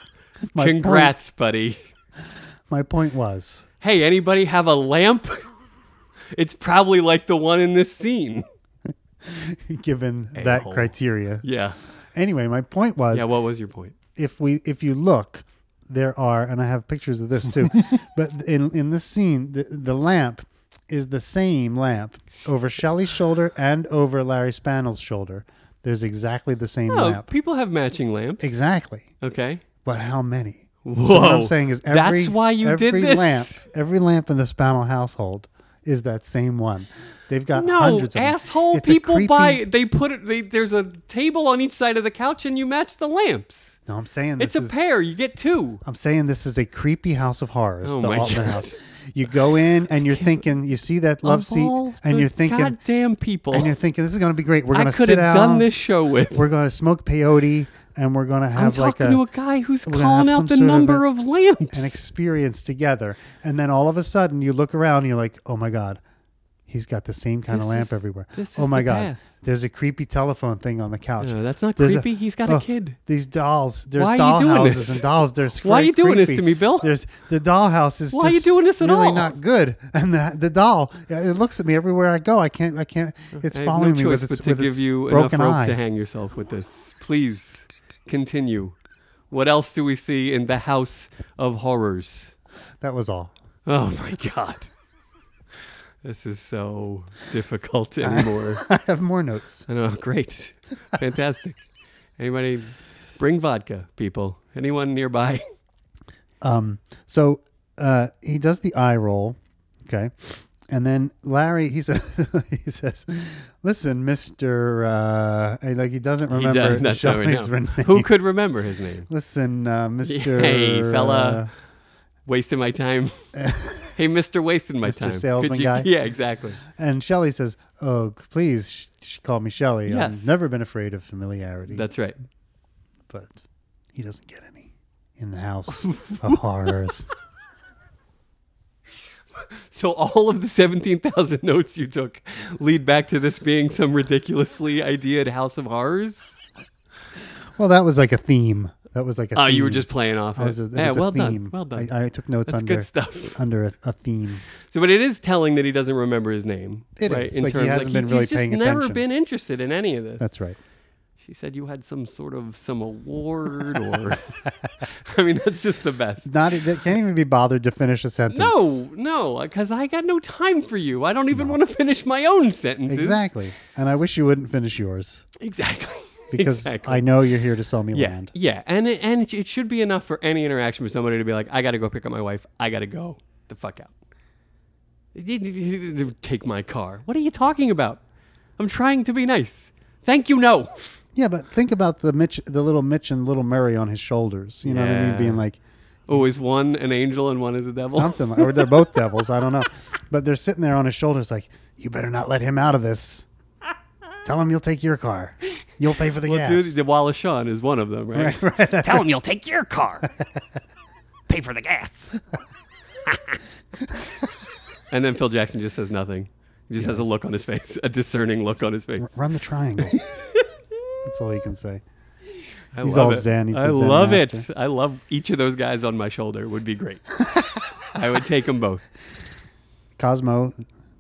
Speaker 1: my
Speaker 2: Congrats, buddy.
Speaker 1: Point, my point was
Speaker 2: Hey, anybody have a lamp? It's probably like the one in this scene.
Speaker 1: given that
Speaker 2: A-hole.
Speaker 1: criteria.
Speaker 2: Yeah.
Speaker 1: Anyway, my point was
Speaker 2: Yeah, what was your point?
Speaker 1: if we if you look there are and i have pictures of this too but in in this scene the, the lamp is the same lamp over shelley's shoulder and over larry spannel's shoulder there's exactly the same
Speaker 2: Oh,
Speaker 1: lamp
Speaker 2: people have matching lamps.
Speaker 1: exactly
Speaker 2: Okay.
Speaker 1: but how many
Speaker 2: Whoa.
Speaker 1: So what i'm saying is every,
Speaker 2: that's why you
Speaker 1: every
Speaker 2: did this.
Speaker 1: lamp every lamp in the spannel household is that same one they've got
Speaker 2: No,
Speaker 1: hundreds of them.
Speaker 2: asshole.
Speaker 1: It's a
Speaker 2: people
Speaker 1: creepy-
Speaker 2: buy. They put it. They, there's a table on each side of the couch, and you match the lamps.
Speaker 1: no i'm saying
Speaker 2: It's
Speaker 1: this
Speaker 2: a
Speaker 1: is,
Speaker 2: pair. You get two.
Speaker 1: I'm saying this is a creepy house of horrors.
Speaker 2: Oh
Speaker 1: the
Speaker 2: my
Speaker 1: Altman
Speaker 2: God.
Speaker 1: house. You go in and you're thinking, you see that love
Speaker 2: Of
Speaker 1: seat,
Speaker 2: all
Speaker 1: and
Speaker 2: the
Speaker 1: you're thinking,
Speaker 2: goddamn people.
Speaker 1: and you're thinking, this is going to be great. We're going
Speaker 2: I
Speaker 1: to
Speaker 2: could
Speaker 1: sit
Speaker 2: have
Speaker 1: down.
Speaker 2: done this show with.
Speaker 1: We're going to smoke peyote, and we're going to
Speaker 2: I'm
Speaker 1: have like
Speaker 2: talking
Speaker 1: a,
Speaker 2: to a guy who's
Speaker 1: we're gonna have
Speaker 2: calling
Speaker 1: some
Speaker 2: out the
Speaker 1: sort of
Speaker 2: number
Speaker 1: a-
Speaker 2: of, lamps.
Speaker 1: an experience together. And then all of a sudden, you look around, and you're like, oh my god, He's got the same kind of
Speaker 2: This
Speaker 1: lamp
Speaker 2: is-
Speaker 1: everywhere.
Speaker 2: this
Speaker 1: oh
Speaker 2: is
Speaker 1: my
Speaker 2: the
Speaker 1: god,
Speaker 2: path.
Speaker 1: there's a creepy telephone thing on the couch.
Speaker 2: No, that's not
Speaker 1: There's a-
Speaker 2: creepy. He's got a
Speaker 1: oh,
Speaker 2: kid.
Speaker 1: These dolls. There's
Speaker 2: Why are you doing
Speaker 1: dollhouses
Speaker 2: this?
Speaker 1: and dolls. There's
Speaker 2: Why are you doing this to me, Bill?
Speaker 1: There's the dollhouse is.
Speaker 2: Why are you
Speaker 1: just
Speaker 2: doing this at
Speaker 1: really
Speaker 2: all?
Speaker 1: Not good. And the, the doll, yeah, it looks at me everywhere I go. I can't. I can't. It's
Speaker 2: I have
Speaker 1: following
Speaker 2: no
Speaker 1: me with
Speaker 2: choice
Speaker 1: its,
Speaker 2: but to
Speaker 1: with
Speaker 2: give
Speaker 1: its
Speaker 2: you enough
Speaker 1: broken
Speaker 2: rope
Speaker 1: eye.
Speaker 2: to hang yourself with this. Please continue. What else do we see in the House of Horrors?
Speaker 1: That was all.
Speaker 2: Oh my God. This is so difficult anymore.
Speaker 1: I have more notes.
Speaker 2: I know. Great. Fantastic. Anybody bring vodka, people? Anyone nearby?
Speaker 1: Um, so uh, he does the eye roll, okay, and then Larry he says he says, "Listen, Mister," uh, and, like he doesn't remember.
Speaker 2: he does. That's how we know.
Speaker 1: Shelley's name.
Speaker 2: Who could remember his name?
Speaker 1: Listen, uh, Mister.
Speaker 2: Hey,
Speaker 1: uh,
Speaker 2: fella. Wasting my time. hey, Mister, wasting my
Speaker 1: Mr.
Speaker 2: time. Could
Speaker 1: Salesman
Speaker 2: you-
Speaker 1: guy?
Speaker 2: Yeah, exactly.
Speaker 1: and Shelley says, "Oh, c- please sh- sh- call me Shelley.
Speaker 2: Yes.
Speaker 1: I've never been afraid of familiarity."
Speaker 2: That's right.
Speaker 1: but he doesn't get any in the house of horrors.
Speaker 2: So all of the 17,000 notes you took lead back to this being some ridiculously ideaed House of Horrors?
Speaker 1: Well, that was like a theme. That was like a.
Speaker 2: Oh, you were
Speaker 1: theme.
Speaker 2: just playing off
Speaker 1: That
Speaker 2: it.
Speaker 1: was a, that
Speaker 2: yeah,
Speaker 1: was a
Speaker 2: well
Speaker 1: theme.
Speaker 2: done. Well done.
Speaker 1: I, I took notes
Speaker 2: That's
Speaker 1: under
Speaker 2: good stuff.
Speaker 1: under a, a theme.
Speaker 2: So, but it is telling that he doesn't remember his name.
Speaker 1: It
Speaker 2: right?
Speaker 1: is. Like, he hasn't been
Speaker 2: he's
Speaker 1: really
Speaker 2: just
Speaker 1: paying
Speaker 2: never
Speaker 1: attention.
Speaker 2: been interested in any of this.
Speaker 1: That's right.
Speaker 2: she said you had some sort of some award or. I mean, that's just the best.
Speaker 1: Not they can't even be bothered to finish a sentence.
Speaker 2: No, no, because I got no time for you. I don't even want to finish my own sentences.
Speaker 1: exactly. And I wish you wouldn't finish yours
Speaker 2: Exactly.
Speaker 1: because
Speaker 2: exactly.
Speaker 1: I know you're here to sell me
Speaker 2: Yeah,
Speaker 1: land.
Speaker 2: yeah, and it, and it, it should be enough for any interaction with somebody to be like, I gotta go pick up my wife. I gotta go the fuck out. Take my car. What are you talking about? I'm trying to be nice. Thank you. No.
Speaker 1: Yeah, but think about the Mitch, the little Mitch and little Murray on his shoulders. You know what I
Speaker 2: Yeah.
Speaker 1: mean? Being like
Speaker 2: Oh, is one an angel and one is a devil?
Speaker 1: something, or they're both devils. I don't know, but they're sitting there on his shoulders, like you better not let him out of this. Tell him you'll take your car. You'll pay for the
Speaker 2: Well,
Speaker 1: gas.
Speaker 2: dude, the Wallace Shawn is one of them, right?
Speaker 3: Tell him you'll take your car. Pay for the gas.
Speaker 2: And then Phil Jackson just says nothing. He just has a look on his face, a discerning look on his face.
Speaker 1: Run the triangle. That's all he can say.
Speaker 2: I
Speaker 1: He's
Speaker 2: love
Speaker 1: all
Speaker 2: it.
Speaker 1: zen. He's the
Speaker 2: I
Speaker 1: zen
Speaker 2: love
Speaker 1: master.
Speaker 2: it. I love each of those guys on my shoulder. Would be great. I would take them both.
Speaker 1: Cosmo,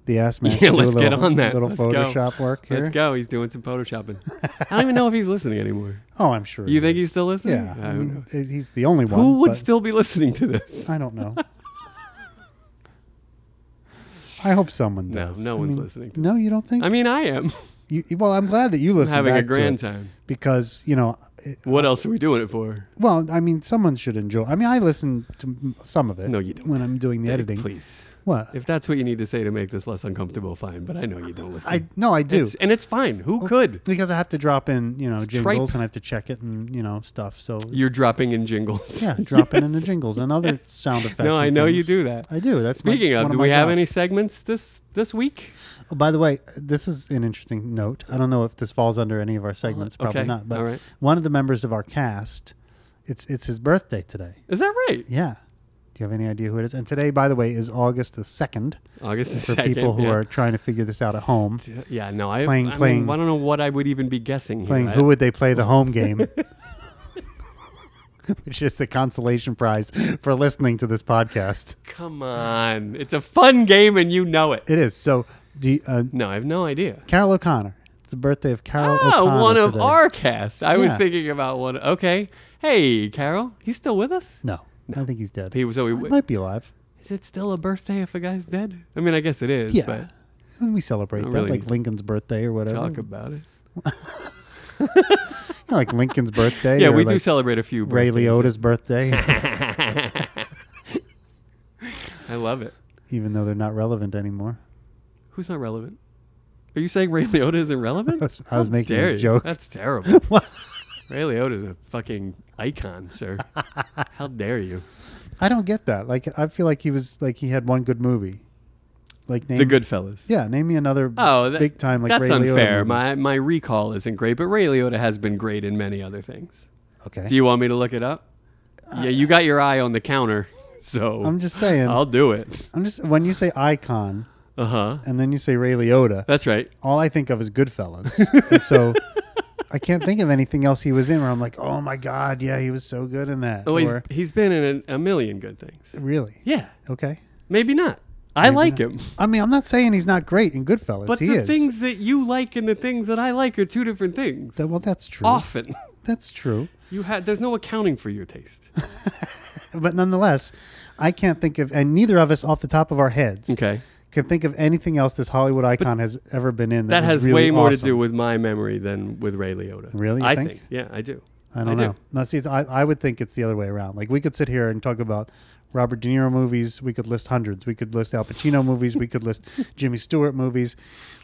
Speaker 1: the ass man.
Speaker 2: Yeah,
Speaker 1: should do a
Speaker 2: let's get
Speaker 1: little-
Speaker 2: on that.
Speaker 1: Little
Speaker 2: Let's go.
Speaker 1: Photoshop work here.
Speaker 2: Let's go. He's doing some photoshopping. I don't even know if he's listening anymore.
Speaker 1: Oh, I'm sure.
Speaker 2: You
Speaker 1: he
Speaker 2: think
Speaker 1: is.
Speaker 2: he's still listening?
Speaker 1: Yeah,
Speaker 2: I
Speaker 1: I
Speaker 2: don't
Speaker 1: mean,
Speaker 2: know.
Speaker 1: it- he's the only one.
Speaker 2: Who would
Speaker 1: but
Speaker 2: still be listening to this?
Speaker 1: I don't know. I hope someone
Speaker 2: No,
Speaker 1: does.
Speaker 2: no
Speaker 1: I
Speaker 2: one's
Speaker 1: mean,
Speaker 2: listening to
Speaker 1: No, you don't think.
Speaker 2: I mean, I am
Speaker 1: you, you- well, I'm glad that you listen.
Speaker 2: having a
Speaker 1: back to
Speaker 2: grand
Speaker 1: it
Speaker 2: time.
Speaker 1: because you know. It,
Speaker 2: What else are we doing it for?
Speaker 1: well, I mean, someone should enjoy. I mean, I listen to m- some of it.
Speaker 2: No, you don't.
Speaker 1: When I'm doing the editing,
Speaker 2: Please.
Speaker 1: what?
Speaker 2: If that's what you need to say to make this less uncomfortable, fine. But I know you don't listen.
Speaker 1: I no, I do
Speaker 2: It's- and it's fine. Who could?
Speaker 1: because I have to drop in, you know,
Speaker 2: tripe.
Speaker 1: jingles and I have to check it and you know stuff. So
Speaker 2: You're dropping in jingles.
Speaker 1: yeah, dropping in the jingles and other sound effects.
Speaker 2: No,
Speaker 1: and
Speaker 2: I know you
Speaker 1: things.
Speaker 2: do that.
Speaker 1: I do. That's my-
Speaker 2: Speaking
Speaker 1: one
Speaker 2: of, do
Speaker 1: my
Speaker 2: we have
Speaker 1: jobs.
Speaker 2: any segments this this week?
Speaker 1: Oh, by the way, this is an interesting note. I don't know if this falls under any of our segments, probably
Speaker 2: Uh, okay.
Speaker 1: not. But
Speaker 2: All right.
Speaker 1: one of the members of our cast, it's it's his birthday today.
Speaker 2: Is that right?
Speaker 1: Yeah. Do you have any idea who it is? And today, by the way, is August the second
Speaker 2: August the
Speaker 1: for
Speaker 2: second.
Speaker 1: people who
Speaker 2: yeah. uh,
Speaker 1: are trying to figure this out at home.
Speaker 2: yeah, no, I,
Speaker 1: playing-
Speaker 2: I, mean,
Speaker 1: playing-
Speaker 2: I don't know what I would even be guessing. here.
Speaker 1: Playing
Speaker 2: I-
Speaker 1: who would they play the home game? Which is the consolation prize for listening to this podcast.
Speaker 2: Come on. It's a fun game and you know it.
Speaker 1: It is. So, do you- uh,
Speaker 2: No, I have no idea.
Speaker 1: Carol O'Connor. It's the birthday of Carol
Speaker 2: Oh,
Speaker 1: O'Connor.
Speaker 2: one of
Speaker 1: today.
Speaker 2: our cast. I was
Speaker 1: Yeah.
Speaker 2: thinking about one. Okay. Hey, Carol, he's still with us?
Speaker 1: No, I think he's dead.
Speaker 2: He was so he,
Speaker 1: He might be alive.
Speaker 2: Is it still a birthday if a guy's dead? I mean, I guess it is,
Speaker 1: Yeah.
Speaker 2: but
Speaker 1: and we celebrate
Speaker 2: Not
Speaker 1: that,
Speaker 2: really.
Speaker 1: like Lincoln's birthday or whatever.
Speaker 2: talk about it.
Speaker 1: You know, like Lincoln's birthday.
Speaker 2: Yeah,
Speaker 1: or
Speaker 2: we do
Speaker 1: like
Speaker 2: celebrate a few
Speaker 1: Ray
Speaker 2: birthdays.
Speaker 1: Liotta's birthday,
Speaker 2: I love it.
Speaker 1: even though they're not relevant anymore.
Speaker 2: Who's not relevant? Are you saying Ray Liotta isn't relevant?
Speaker 1: I was, I was making
Speaker 2: Dare
Speaker 1: a
Speaker 2: you.
Speaker 1: joke.
Speaker 2: That's terrible. Ray Liotta's a fucking icon, sir. How dare you?
Speaker 1: I don't get that. Like, I feel like he was like he had one good movie. Like name,
Speaker 2: The Goodfellas.
Speaker 1: Yeah, name me another.
Speaker 2: Oh, that,
Speaker 1: big time like
Speaker 2: that's
Speaker 1: Ray Liotta
Speaker 2: unfair.
Speaker 1: movie.
Speaker 2: My my recall isn't great, but Ray Liotta has been great in many other things.
Speaker 1: okay.
Speaker 2: Do you want me to look it up? yeah, you got your eye on the counter, so
Speaker 1: I'm just saying.
Speaker 2: I'll do it.
Speaker 1: I'm just when you say icon,
Speaker 2: Uh huh.
Speaker 1: and then you say Ray Liotta.
Speaker 2: That's right.
Speaker 1: all I think of is Goodfellas. and so I can't think of anything else he was in where I'm like, oh my God, yeah, he was so good in that.
Speaker 2: Oh, he's
Speaker 1: Or-
Speaker 2: he's been in a, a million good things.
Speaker 1: really?
Speaker 2: Yeah,
Speaker 1: Okay.
Speaker 2: maybe not. I like him.
Speaker 1: I mean, I'm not saying he's not great in Goodfellas.
Speaker 2: But
Speaker 1: he
Speaker 2: the
Speaker 1: is.
Speaker 2: things that you like and the things that I like are two different things.
Speaker 1: Th- well, that's true.
Speaker 2: Often,
Speaker 1: That's true.
Speaker 2: you had there's no accounting for your taste.
Speaker 1: But nonetheless, I can't think of, and neither of us off the top of our heads
Speaker 2: Okay,
Speaker 1: can think of anything else this Hollywood icon has ever been in. That,
Speaker 2: that
Speaker 1: was
Speaker 2: has
Speaker 1: really
Speaker 2: way more to
Speaker 1: awesome.
Speaker 2: do with my memory than with Ray Liotta.
Speaker 1: Really? You
Speaker 2: I
Speaker 1: think?
Speaker 2: think. Yeah, I do.
Speaker 1: I don't
Speaker 2: do.
Speaker 1: know. No, see, it's, I, I would think it's the other way around. Like we could sit here and talk about Robert De Niro movies. We could list hundreds. We could list Al Pacino movies. We could list Jimmy Stewart movies.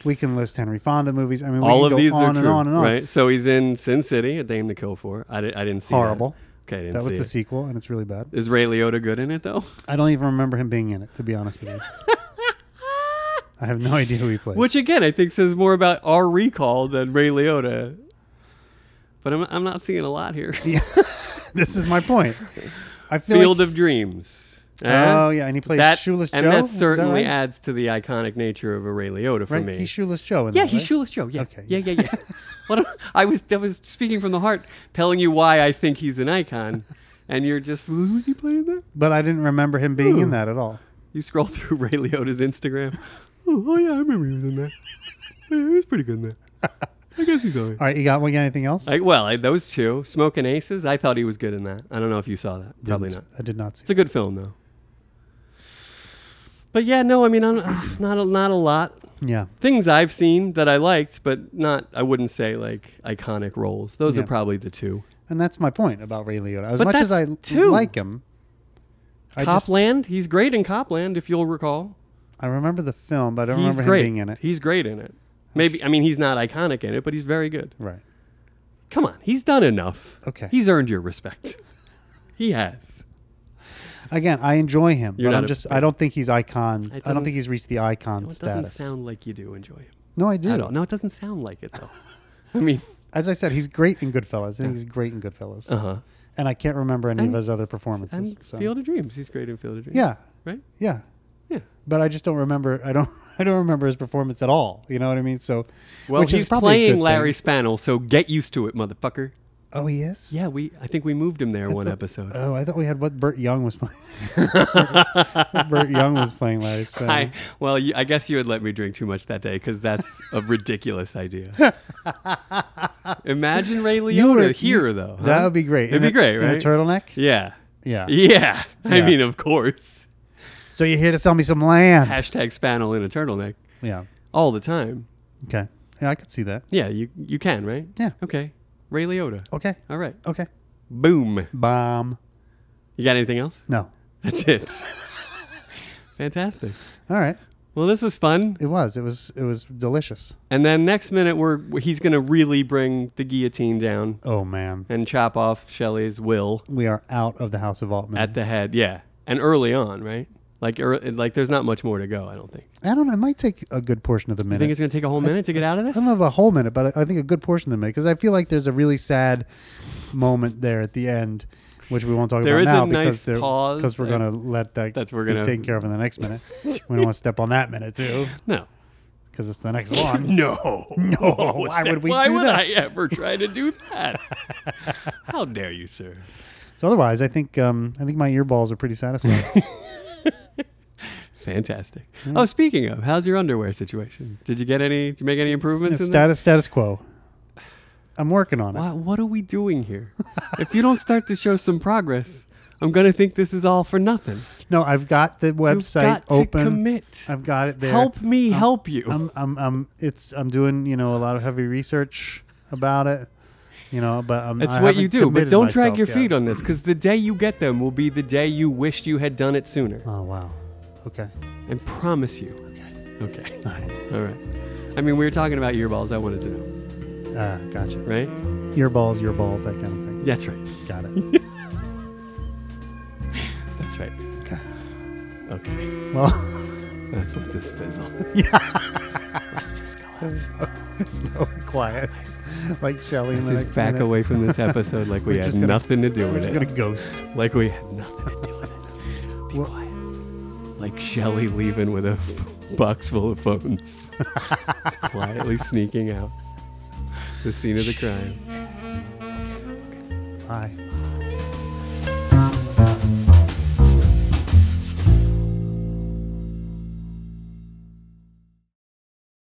Speaker 1: We can list Henry Fonda movies. I mean, we
Speaker 2: All
Speaker 1: can
Speaker 2: of
Speaker 1: go
Speaker 2: these
Speaker 1: on
Speaker 2: are
Speaker 1: and
Speaker 2: true,
Speaker 1: on and on.
Speaker 2: right? So he's in Sin City, A Dame to Kill For. I, di- I didn't see
Speaker 1: Horrible.
Speaker 2: That. Okay, I didn't
Speaker 1: That was
Speaker 2: see
Speaker 1: the
Speaker 2: it.
Speaker 1: sequel, and it's really bad.
Speaker 2: Is Ray Liotta good in it though?
Speaker 1: I don't even remember him being in it, to be honest with you. I have no idea who he played.
Speaker 2: Which again, I think says more about our recall than Ray Liotta. But I'm, I'm not seeing a lot here.
Speaker 1: this is my point. I feel
Speaker 2: Field
Speaker 1: like,
Speaker 2: of Dreams. Eh?
Speaker 1: Oh, yeah, and he plays
Speaker 2: that,
Speaker 1: Shoeless
Speaker 2: and
Speaker 1: Joe?
Speaker 2: that
Speaker 1: Is that
Speaker 2: certainly
Speaker 1: right?
Speaker 2: adds to the iconic nature of a Ray Liotta for
Speaker 1: right?
Speaker 2: me.
Speaker 1: He's shoeless Joe. In
Speaker 2: yeah,
Speaker 1: that,
Speaker 2: he's
Speaker 1: right?
Speaker 2: Shoeless Joe. Yeah,
Speaker 1: Okay.
Speaker 2: yeah, yeah, yeah. what a, I was I was speaking from the heart, telling you why I think he's an icon, and you're just well, who's he playing there?
Speaker 1: But I didn't remember him being in that at all.
Speaker 2: You scroll through Ray Liotta's Instagram. Oh, oh, yeah, I remember he was in that. Yeah, he was pretty good in that. I guess he's alright.
Speaker 1: All right, you got, we got anything else?
Speaker 2: I, well, I, those two, Smoke and Aces, I thought he was good in that. I don't know if you saw that. Probably
Speaker 1: Didn't-
Speaker 2: not.
Speaker 1: I did not see
Speaker 2: It's a good film though. But yeah, no, I mean, I'm not a, not a lot.
Speaker 1: it. Yeah.
Speaker 2: Things I've seen that I liked, but not. I wouldn't say like iconic roles. Those
Speaker 1: Yeah.
Speaker 2: are probably the two.
Speaker 1: And that's my point about Ray Liotta. As
Speaker 2: But
Speaker 1: much as I
Speaker 2: that's two.
Speaker 1: like him, I just-
Speaker 2: Copland, he's great in Copland, if you'll recall.
Speaker 1: I remember the film, but I don't
Speaker 2: He's
Speaker 1: remember
Speaker 2: great.
Speaker 1: him being in it.
Speaker 2: He's great in it. Maybe I mean he's not iconic in it, but he's very good.
Speaker 1: right.
Speaker 2: Come on, he's done enough.
Speaker 1: Okay.
Speaker 2: he's earned your respect. he has.
Speaker 1: Again, I enjoy him,
Speaker 2: You're
Speaker 1: but
Speaker 2: not
Speaker 1: I'm
Speaker 2: a-
Speaker 1: just I don't think he's icon. I don't
Speaker 2: doesn't-
Speaker 1: think he's reached the icon
Speaker 2: Well, it doesn't
Speaker 1: status.
Speaker 2: sound like you do enjoy him
Speaker 1: no, I
Speaker 2: at all.
Speaker 1: do.
Speaker 2: No, it doesn't sound like it though. I mean,
Speaker 1: As I said, he's great in Goodfellas. I think he's great in Goodfellas.
Speaker 2: uh huh.
Speaker 1: And I can't remember any of
Speaker 2: And-
Speaker 1: his other
Speaker 2: And
Speaker 1: performances. so-
Speaker 2: Field of Dreams, he's great in Field of Dreams.
Speaker 1: yeah,
Speaker 2: right.
Speaker 1: yeah.
Speaker 2: Yeah.
Speaker 1: But I just don't remember. I don't. I don't remember his performance at all. You know what I mean? So,
Speaker 2: Well,
Speaker 1: which is
Speaker 2: he's
Speaker 1: probably a good
Speaker 2: playing
Speaker 1: thing.
Speaker 2: Larry Spannel, so get used to it, motherfucker.
Speaker 1: Oh, he is.
Speaker 2: Yeah, we. I think we moved him there one episode.
Speaker 1: Oh, I thought we had what Burt Young was playing. Burt Young was playing Larry Spence.
Speaker 2: I, well, you, I guess you would let me drink too much that day because that's a ridiculous idea. Imagine Ray
Speaker 1: You were-
Speaker 2: Liotta here, though. huh?
Speaker 1: That would be great.
Speaker 2: It'd
Speaker 1: In
Speaker 2: be
Speaker 1: a-
Speaker 2: great,
Speaker 1: In a
Speaker 2: right?
Speaker 1: turtleneck.
Speaker 2: Yeah.
Speaker 1: Yeah.
Speaker 2: yeah. I
Speaker 1: Yeah.
Speaker 2: mean, of course.
Speaker 1: So you're here to sell me some land.
Speaker 2: Hashtag Spannel in a turtleneck
Speaker 1: yeah.
Speaker 2: all the time.
Speaker 1: Okay. Yeah, I could see that.
Speaker 2: Yeah, you you can, right?
Speaker 1: Yeah.
Speaker 2: Okay. Ray Liotta.
Speaker 1: Okay.
Speaker 2: All right.
Speaker 1: Okay.
Speaker 2: Boom.
Speaker 1: Bomb.
Speaker 2: You got anything else?
Speaker 1: No.
Speaker 2: That's it. Fantastic.
Speaker 1: All right.
Speaker 2: Well, this was fun.
Speaker 1: It was. It was. It was delicious.
Speaker 2: And then next minute, we're he's gonna really bring the guillotine down
Speaker 1: Oh man,
Speaker 2: and chop off Shelley's will
Speaker 1: we are out of the House of Altman.
Speaker 2: at the head. Yeah, and early on, right? Like, ear like there's not much more to go. I don't think.
Speaker 1: I don't know. It might take a good portion of the minute.
Speaker 2: You think it's gonna take a whole minute to get out of
Speaker 1: I don't
Speaker 2: this?
Speaker 1: know if a whole minute, but I, I think a good portion of the minute because I feel like there's a really sad moment there at the end, which we won't talk
Speaker 2: There
Speaker 1: about
Speaker 2: is a
Speaker 1: now
Speaker 2: nice
Speaker 1: because there-
Speaker 2: pause
Speaker 1: 'cause we're gonna let that
Speaker 2: That's- we're
Speaker 1: be
Speaker 2: gonna-
Speaker 1: taken care of in the next minute. we don't want to step on that minute too
Speaker 2: No.
Speaker 1: because it's the next one.
Speaker 2: No. No.
Speaker 1: why would we
Speaker 2: Why
Speaker 1: do
Speaker 2: would
Speaker 1: that?
Speaker 2: I ever try to do that? How dare you, sir?
Speaker 1: So otherwise, I think um, I think my earballs are pretty satisfied.
Speaker 2: Fantastic.
Speaker 1: Mm-hmm.
Speaker 2: Oh, speaking of, how's your underwear situation? Did you get any? Did you make any improvements? in that?
Speaker 1: status status quo. I'm working on it.
Speaker 2: Why, what are we doing here? if you don't start to show some progress, I'm gonna think this is all for nothing.
Speaker 1: No, I've got the website
Speaker 2: got to
Speaker 1: open.
Speaker 2: commit.
Speaker 1: I've got it there.
Speaker 2: Help me help you.
Speaker 1: I'm, I'm, I'm, it's, I'm doing, you know, a lot of heavy research about it, you know, but I'm,
Speaker 2: That's
Speaker 1: I
Speaker 2: what
Speaker 1: haven't
Speaker 2: you do, but
Speaker 1: committed
Speaker 2: don't drag
Speaker 1: myself
Speaker 2: your
Speaker 1: yet.
Speaker 2: feet on this because the day you get them will be the day you wished you had done it sooner.
Speaker 1: Oh, wow. Okay.
Speaker 2: I promise you.
Speaker 1: Okay.
Speaker 2: Okay.
Speaker 1: All right.
Speaker 2: All right. I mean, we were talking about ear balls. I wanted to know,
Speaker 1: Uh, gotcha.
Speaker 2: right?
Speaker 1: Your balls, your balls, that kind of thing.
Speaker 2: That's right.
Speaker 1: Got it.
Speaker 2: That's right.
Speaker 1: Okay.
Speaker 2: Okay.
Speaker 1: Well,
Speaker 2: Let's let this fizzle. Let's just go outside.
Speaker 1: slow and quiet, like Shelly.
Speaker 2: Let's
Speaker 1: in the
Speaker 2: just
Speaker 1: next
Speaker 2: back
Speaker 1: minute.
Speaker 2: away from this episode like we
Speaker 1: We're
Speaker 2: had
Speaker 1: just gonna-
Speaker 2: nothing to do
Speaker 1: We're
Speaker 2: with
Speaker 1: just
Speaker 2: it.
Speaker 1: gonna ghost.
Speaker 2: Like we had nothing to do with it. Be
Speaker 1: Well-
Speaker 2: quiet. Like Shelly leaving with a box full of phones, Just quietly sneaking out the scene of the crime.
Speaker 1: Hi.